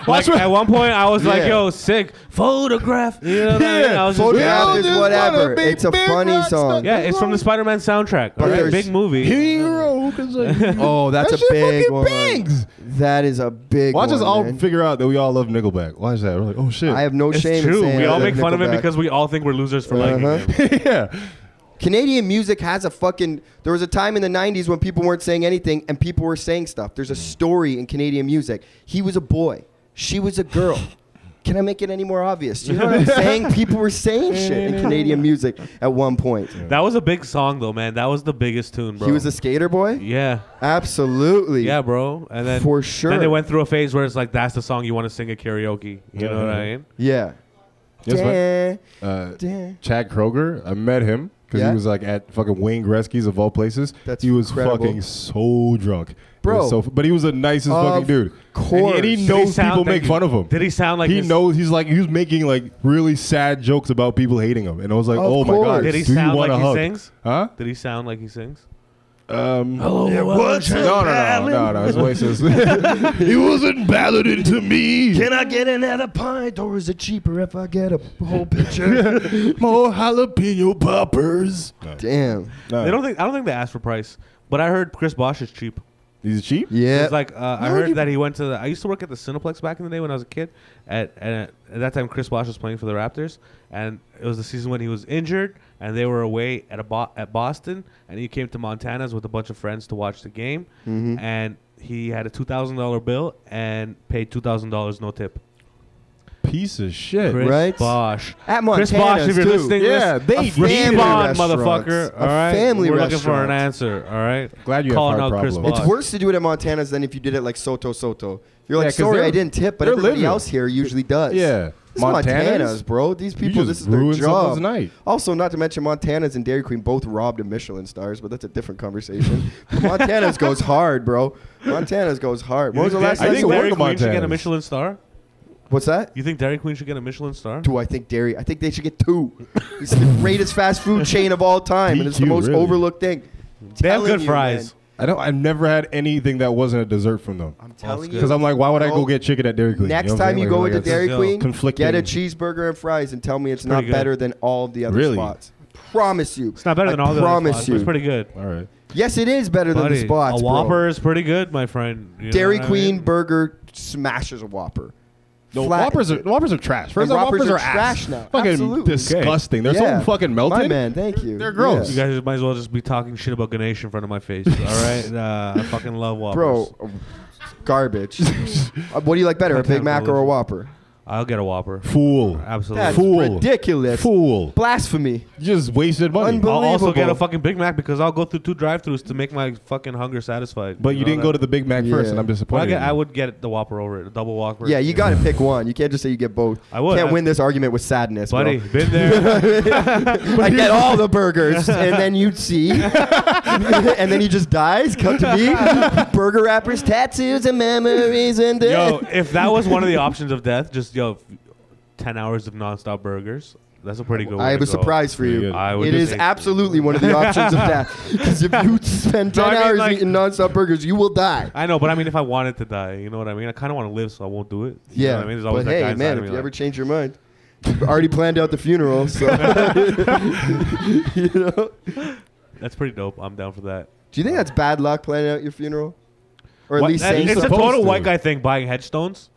like, what- at one point, I was like, Yeah. "Yo, sick photograph." You know what I mean? Yeah, I was just- photograph. photograph is just whatever. wanna be It's a big funny rock star. song. yeah, it's from the Spider-Man soundtrack. But all right? there's- big movie. hero. Oh, that's That a shit big fucking one. bangs. That is a big. Watch one, us all man. figure out that we all love Nickelback. Watch that. We're like, oh shit. I have no It's shame. true. In saying We I all love make fun of it Nickelback. because we all think we're losers for liking Uh-huh. it. yeah. Canadian music has a fucking. There was a time in the 90s when people weren't saying anything and people were saying stuff. There's Mm. a story in Canadian music. He was a boy, she was a girl. Can I make it any more obvious? You know what I'm saying? People were saying shit in Canadian music at one point. That was a big song, though, man. That was the biggest tune, bro. He was a skater boy? yeah, Absolutely. yeah, bro. And then For Then sure. they went through a phase where it's like that's the song you want to sing at karaoke. You know what Uh-huh. I mean? Yeah. Yes, but, Dun, uh, dun. Chad Kroger, I met him because Yeah? he was like at fucking Wayne Gretzky's of all places. That's he was incredible. fucking so drunk, It Bro. was So, f- but he was the nicest Of fucking dude. And course. he, and he Did he knows sound- people thank make you. fun of him. Did he sound like he his- knows? He's like he was making like really sad jokes about people hating him, and I was like, Of oh my god, course. Did he do you sound want like a he hug? sings? Oh, Huh? Did he sound like he sings? Um, Hello, it welcome was- to no, no, no, no, no. His voice is. he wasn't balloted to me. Can I get another pint or is it cheaper if I get a whole picture? More jalapeno poppers. No. Damn. No. They don't think. I don't think they asked for price, but I heard Chris Bosch is cheap. He's cheap. Yeah. It's like uh, I Where heard you- that he went to. The, I used to work at the Cineplex back in the day when I was a kid. At and at that time, Chris Bosh was playing for the Raptors, and it was the season when he was injured, and they were away at a bo- at Boston, and he came to Montana's with a bunch of friends to watch the game, and he had a two thousand dollar bill and paid two thousand dollars no tip. Piece of shit. Chris Right? Bosch. At Chris Bosch, if Montana's, you're too. listening, to Yeah, this, they family respond, restaurant. motherfucker. A All right, family we're looking for restaurant. an answer. All right, Glad you have calling hard out Chris problems. Bosch. It's worse to do it at Montana's than if you did it like Soto Soto. You're Yeah, like, 'cause sorry, they're- I didn't tip, but they're everybody living. else here usually does. Yeah. This Montana's, Montana's? Montana's bro. These people, just this is their ruined job. someone's night. Also, not to mention Montana's and Dairy Queen both robbed of Michelin stars, but that's a different conversation. But Montana's goes hard, bro. Montana's goes hard. When was the last I time think you Dairy went- Larry Queen should work get a Montana's. Michelin star? What's that? You think Dairy Queen should get a Michelin star? Do I think Dairy? I think they should get two. It's the greatest fast food chain of all time, and it's the DQ, most really. overlooked thing. I'm They have telling good you, fries. man. I don't. I've never had anything that wasn't a dessert from them. I'm telling you. Because I'm like, why would I Bro, go get chicken at Dairy Queen? Next know what I'm time saying? you Like, go like, into it's- Dairy Yo, Queen, conflicting. get a cheeseburger and fries and tell me it's, not pretty good. better than all the other Really? spots. Promise you. It's not better I than all the promise other spots, but you. It's pretty good. All right. yes, it is better than Buddy, the spots. a bro. Whopper is pretty good, my friend. You know Dairy what I Queen mean? burger smashes a Whopper. No, Flat- Whoppers are Whoppers are trash. First And off, Whoppers Whoppers, are ass. trash now. Fucking Absolutely. disgusting. They're Yeah. so fucking melted. My man, thank you. They're gross. You guys might as well just be talking shit about Ganesh in front of my face. all right, uh, I fucking love Whoppers. bro, garbage. Uh, what do you like better, a Big Mac or a Whopper? I'll get a Whopper. Fool. Absolutely. That's Fool. ridiculous. Fool. Blasphemy. You just wasted money. Unbel- I'll also get a Unbelievable. fucking Big Mac because I'll go through two drive-throughs to make my fucking hunger satisfied. but you know didn't go that? to the Big Mac first, Yeah. and I'm Well, I, disappointed. get, in I you. would get the Whopper over it, the double Whopper. Yeah, you got to pick one. You can't just say you get both. I would. Can't I- win this argument with sadness, bro. buddy. Been there. I get all the burgers, and then you see, and then he just dies. Come to me, burger wrappers, tattoos, and memories, and yo, death. if that was one of the options of death, just yo, ten hours of nonstop burgers. That's a pretty good. way I have to a go. surprise for you. Yeah, I would It just is say- absolutely one of the options of death. Because if you spend No, ten I mean, hours like- eating nonstop burgers, you will die. I know, but I mean, if I wanted to die, you know what I mean. I kind of want to live, so I won't do it. You know Yeah, what I mean, but guy hey, inside man, of if me you like, ever change your mind, you've already planned out the funeral, so you know. that's pretty dope. I'm down for that. Do you think that's bad luck planning out your funeral, or at What- least that- saying it's a so- supposed total to. white guy thing. Buying headstones.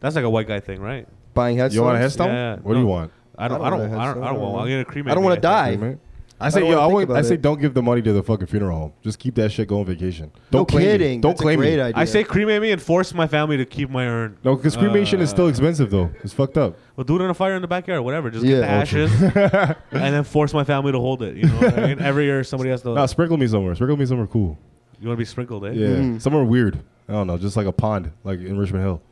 That's like a white guy thing, right? buying headstones? You want a headstone? Yeah, yeah. What do you No. want? I don't. I I don't don't. want a I don't. I headstone. don't want. I'm gonna cremate. I don't me, want to think. die. Man. I say, don't yo, wanna I, think would, I about say, it. don't give the money to the fucking funeral home. Just keep that shit going vacation. Don't no claim me. kidding. Don't That's claim a me. great idea. I say cremate me and force my family to keep my urn. No, because cremation is Uh. still expensive though. It's fucked up. Well, do it in a fire in the backyard, whatever. Just Yeah. get the ashes and then force my family to hold it. You know what I mean? Every year somebody has to. Nah, sprinkle me somewhere. Sprinkle me somewhere cool. You want to be sprinkled, eh? Yeah, Mhm. somewhere weird. I don't know, just like a pond, like in Richmond Hill.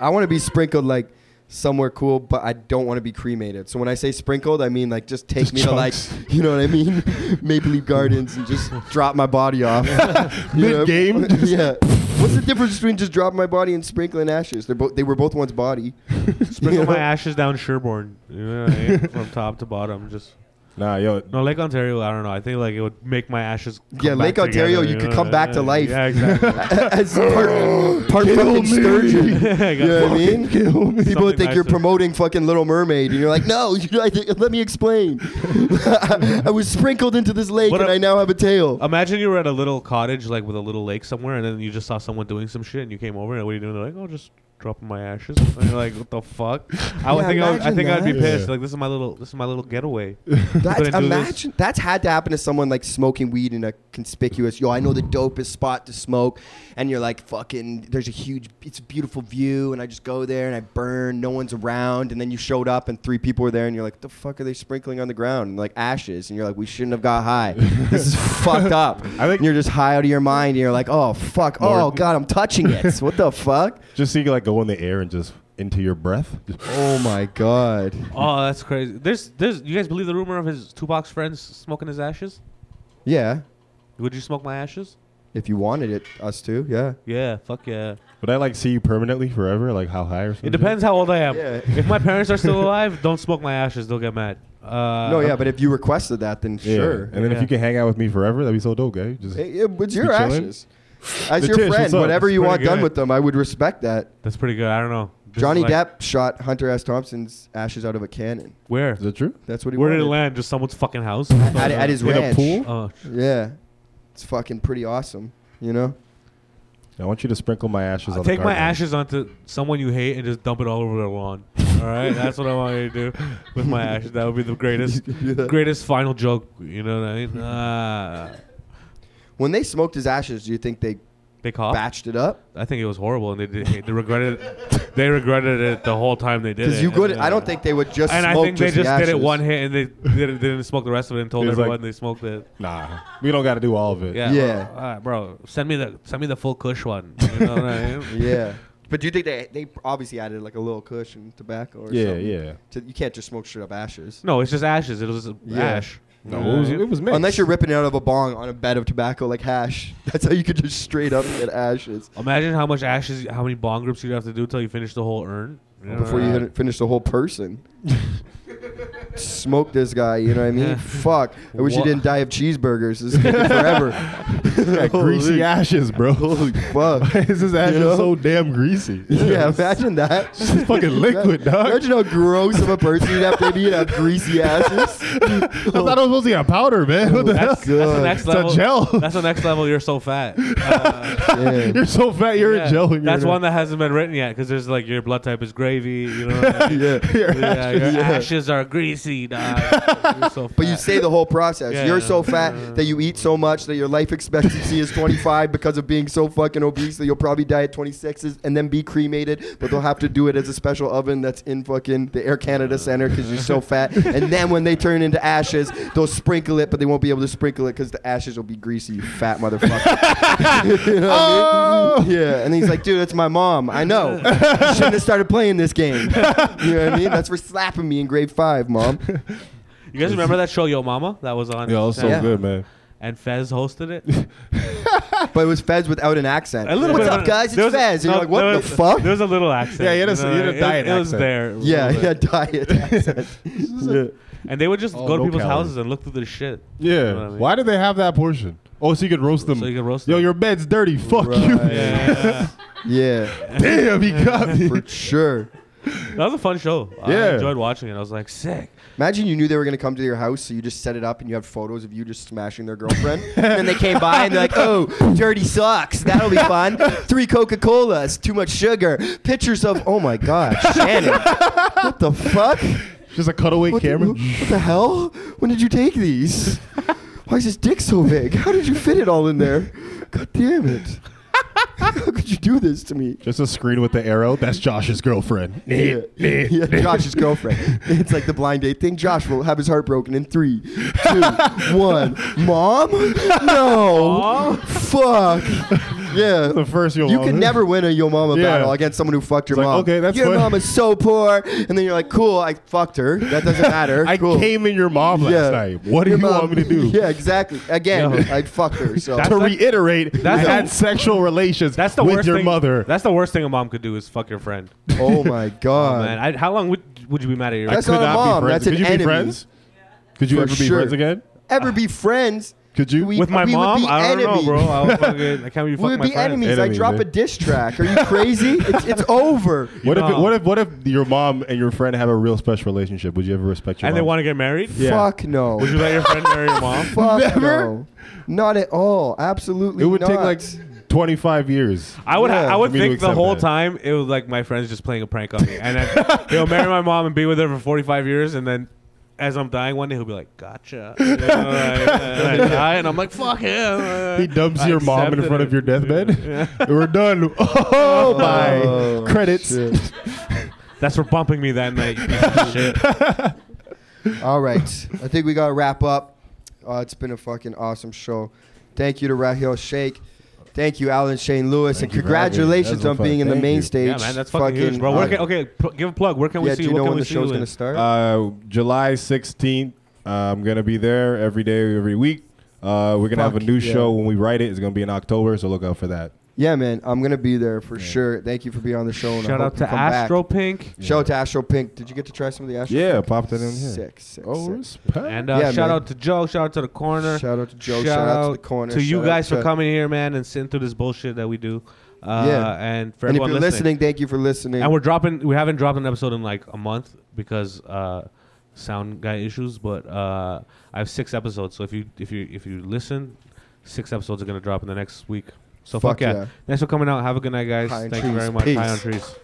I want to be sprinkled like somewhere cool, but I don't want to be cremated. So when I say sprinkled, I mean like just take Just me chunks. to like you know what I mean, Maple Leaf Gardens, and just drop my body off. You know? Mid-game? yeah. What's the difference between just dropping my body and sprinkling ashes? They're both they were both one's body. Sprinkle You my know? ashes down Sherborne. You know what I mean? From top to bottom. Just. Nah, yo, No, Lake Ontario, I don't know. I think like it would make my ashes. come Yeah, back Lake Ontario, together, you could know? come back to life. Yeah, exactly. As part, part fucking sturgeon. You know what I mean? People would Something think you're nicer. promoting fucking Little Mermaid, and you're like, no, you, I think, let me explain. I, was sprinkled into this lake, What and a- I now have a tail. Imagine you were at a little cottage, like with a little lake somewhere, and then you just saw someone doing some shit, and you came over, and what are you doing? They're like, oh, just dropping my ashes. And you're like, what the fuck? I would Yeah, think I, would, I imagine think I'd be that. pissed. Yeah. Like this is my little this is my little getaway. That's, couldn't do this. imagine that's had to happen to someone like smoking weed in a conspicuous. Yo, I know the dopest spot to smoke, and you're like, fucking. There's a huge. It's a beautiful view, and I just go there and I burn. No one's around, and then you showed up and three people were there, and you're like, the fuck are they sprinkling on the ground? And like ashes, and you're like, we shouldn't have got high. this is fucked up. I think- and you're just high out of your mind. And you're like, oh fuck. Oh Lord. god, I'm touching it. what the fuck? just so you can like go in the air and just into your breath. Oh my god. Oh, that's crazy. There's there's you guys believe the rumor of his Tupac's friends smoking his ashes? Yeah. Would you smoke my ashes? If you wanted it, us too. Yeah. Yeah, fuck yeah. Would I like see you permanently forever? Like how high or something? It depends how old I am. Yeah. If my parents are still alive, don't smoke my ashes. They'll get mad. Uh, No, yeah, but if you requested that, then sure. And then Yeah. if you can hang out with me forever, that'd be so dope, guy. Just It, it, it's Be your chilling. ashes. As The your tish, friend, what's up? whatever It's you pretty want done good. with them, I would respect that. that's pretty good. I don't know. This is Johnny like- Depp shot Hunter S. Thompson's ashes out of a cannon. Where? is that true? That's what he Where did wanted. it land? Just someone's fucking house. At, at his In a ranch. pool? Oh, Yeah, it's fucking pretty awesome. You know, I want you to sprinkle my ashes. on take the my garden. ashes onto someone you hate and just dump it all over their lawn. All right, that's what I want you to do with my ashes. That would be the greatest, You could do that. greatest final joke. You know what I mean? Uh, when they smoked his ashes, do you think they they coughed. batched it up? I think it was horrible, and they did, they regretted it. they regretted it the whole time they did it. Because you could. And, I uh, don't think they would just. And I smoke think they the just did it ashes. one hit, and they didn't, didn't smoke the rest of it, and told It was like- everyone they smoked it. Nah, we don't got to do all of it. Yeah, Yeah. Bro, all right, bro, send me the send me the full Kush one. You know what I mean? Yeah, but do you think they they obviously added like a little cushion, tobacco or yeah, something? yeah. To- you can't just smoke straight up ashes. No, it's just ashes. It was Yeah. ash. No, You know it was, what I mean? it was mixed. Unless you're ripping it out of a bong on a bed of tobacco like hash. That's how you could just straight up get ashes Imagine how much ashes, how many bong grips you'd have to do till you finish the whole urn. know before what I you mean? hit, finish the whole person. Smoke this guy, you know what I mean? Yeah. Fuck. I wish Wha- you didn't die of cheeseburgers. This is gonna be forever. Yeah, greasy Holy ashes, bro. Fuck. Why is this ashes know? so damn greasy? Yeah, imagine that. This is fucking liquid, dog. Imagine how gross of a person you'd have to be to have greasy asses. I thought it was supposed to be a powder, man. What the hell? That's, that's the next It's a level. gel. That's the next level. You're so fat. Uh, Yeah. You're so fat, you're yeah. a jelly. That's one that hasn't been written yet because there's like your blood type is gravy. You know, what I mean? Yeah. yeah, your Yeah. ashes are greasy. sexy, dog. But you say the whole process. Yeah. You're so fat that you eat so much that your life expectancy is 25 because of being so fucking obese that you'll probably die at 26 and then be cremated. But they'll have to do it as a special oven that's in fucking the Air Canada Center because you're so fat. And then when they turn into ashes, they'll sprinkle it, but they won't be able to sprinkle it because the ashes will be greasy. You fat motherfucker. You know what I Oh! mean? Yeah. And he's like, dude, that's my mom. I know. You shouldn't have started playing this game. You know what I mean? That's for slapping me in grade five, mom. You guys remember that show Yo Mama that was on? Yeah, that was so Yeah. good, man. And Fez hosted it. But it was Fez without an accent. A little What's bit of up, a- guys? there It's was a- Fez. and no, you're like, what there the was- fuck? There was a little accent. Yeah, he had a- you know, he had a it- diet It, was accent. there. a yeah, little yeah, bit. diet accent. Yeah. And they would just Oh, go to no people's calories. houses and look through their shit. Yeah. know what I mean? Why did they have that portion? Oh, so you could roast them. So you could roast Yo, them. your bed's dirty. Fuck Right. you. Yeah. Yeah, Damn, he got me. for sure. that was a fun show. I Yeah. enjoyed watching it. I was like, sick. Imagine you knew they were gonna come to your house, so you just set it up and you have photos of you just smashing their girlfriend. and then they came by and they're like, "Oh, dirty socks. That'll be fun. Three Coca Colas. Too much sugar. Pictures of. Oh my God, Shannon. what the fuck? Just a cutaway What the, camera. what the hell? When did you take these? Why is his dick so big? How did you fit it all in there? God damn it. How could you do this to me? Just a screen with the arrow. That's Josh's girlfriend. Yeah. yeah, Josh's girlfriend. It's like the blind date thing. Josh will have his heart broken in three, two, one. Mom? No. Fuck. Yeah. The first yo You mama. can never win a yo mama Yeah. battle against someone who fucked your It's like, mom. okay, that's your fine. mom is so poor, and then you're like, "Cool, I fucked her. That doesn't matter." I cool. came in your mom last Yeah. night. What do Your you mom- want me to do? Yeah, exactly. Again, Yo. I fucked her. So To That's like- reiterate, I that's the- had sexual relations That's the with worst your thing. mother. That's the worst thing a mom could do is fuck your friend. oh my Oh, god, man, I, how long would would you be mad at your? That's Could not a not mom, Be friends. that's an Could you enemy. be friends? Could you For ever be sure. friends again? ever be friends? Could you? We- with my would mom? be I don't know, enemies. bro. I, would fucking, I can't be fucking We would my be friend. enemies. I Enemies, drop eh? a diss track. Are you crazy? it's, it's over. what if? know. It, what if? What if your mom and your friend have a real special relationship? Would you ever respect your? And they mom? want to get married? Yeah. Fuck no. Would you let your friend marry your mom? Fuck Never? no. Not at all. Absolutely. It would take not. like 25 years. I would. Yeah. I would For me to think the accept whole that. time it was like my friends just playing a prank on me, and then he'll marry my mom and be with her for 45 years, and then as I'm dying one day he'll be like, "Gotcha," and, then I die, and I'm like, "Fuck him." He dumps I your mom in accepted front of it. your deathbed. Yeah. We're done. Oh my credits. shit. That's for bumping me that night. you piece of shit. All right. I think we got to wrap up. Uh, it's been a fucking awesome show. Thank you to Raheel Shake. Thank you, Alan Shane Lewis. Thank and you for having me. congratulations That on was fun. being in the Thank main you. stage. Yeah, man, that's fucking, huge, bro. Where Fucking- can, okay, pl- give a plug. Where can we yeah, see do you? you What know can when we the see show's you in? going to start? Uh, July 16th, uh, I'm going to be there every day, every week. Uh, we're going to have a Fuck new yeah. show when we write it. It's going to be in October, so look out for that. yeah, man. I'm going to be there for sure. Thank you for being on the show. And I Shout hope out you to come back. Astro Pink. Shout out to Astro Pink. Did you get to try some of the Astro Yeah, Pink? popped it in here. Sick, sick, Oh, sick. respect. And uh, Yeah, shout man. out to Joe. Shout out to the corner. Shout out to Joe. Shout, out to the corner. to you shout out guys for to- coming here, man, and sitting through this bullshit that we do. Uh, Yeah. And for And if you're everyone listening, thank you for listening. and we're dropping, we haven't dropped an episode in like a month because uh, sound guy issues. But uh, I have six episodes, so if you if you if you listen, six episodes are gonna drop in the next week. So fuck, Fuck yeah. yeah. Thanks for coming out. Have a good night, guys. High on Thank you trees. very much. Peace. High on trees.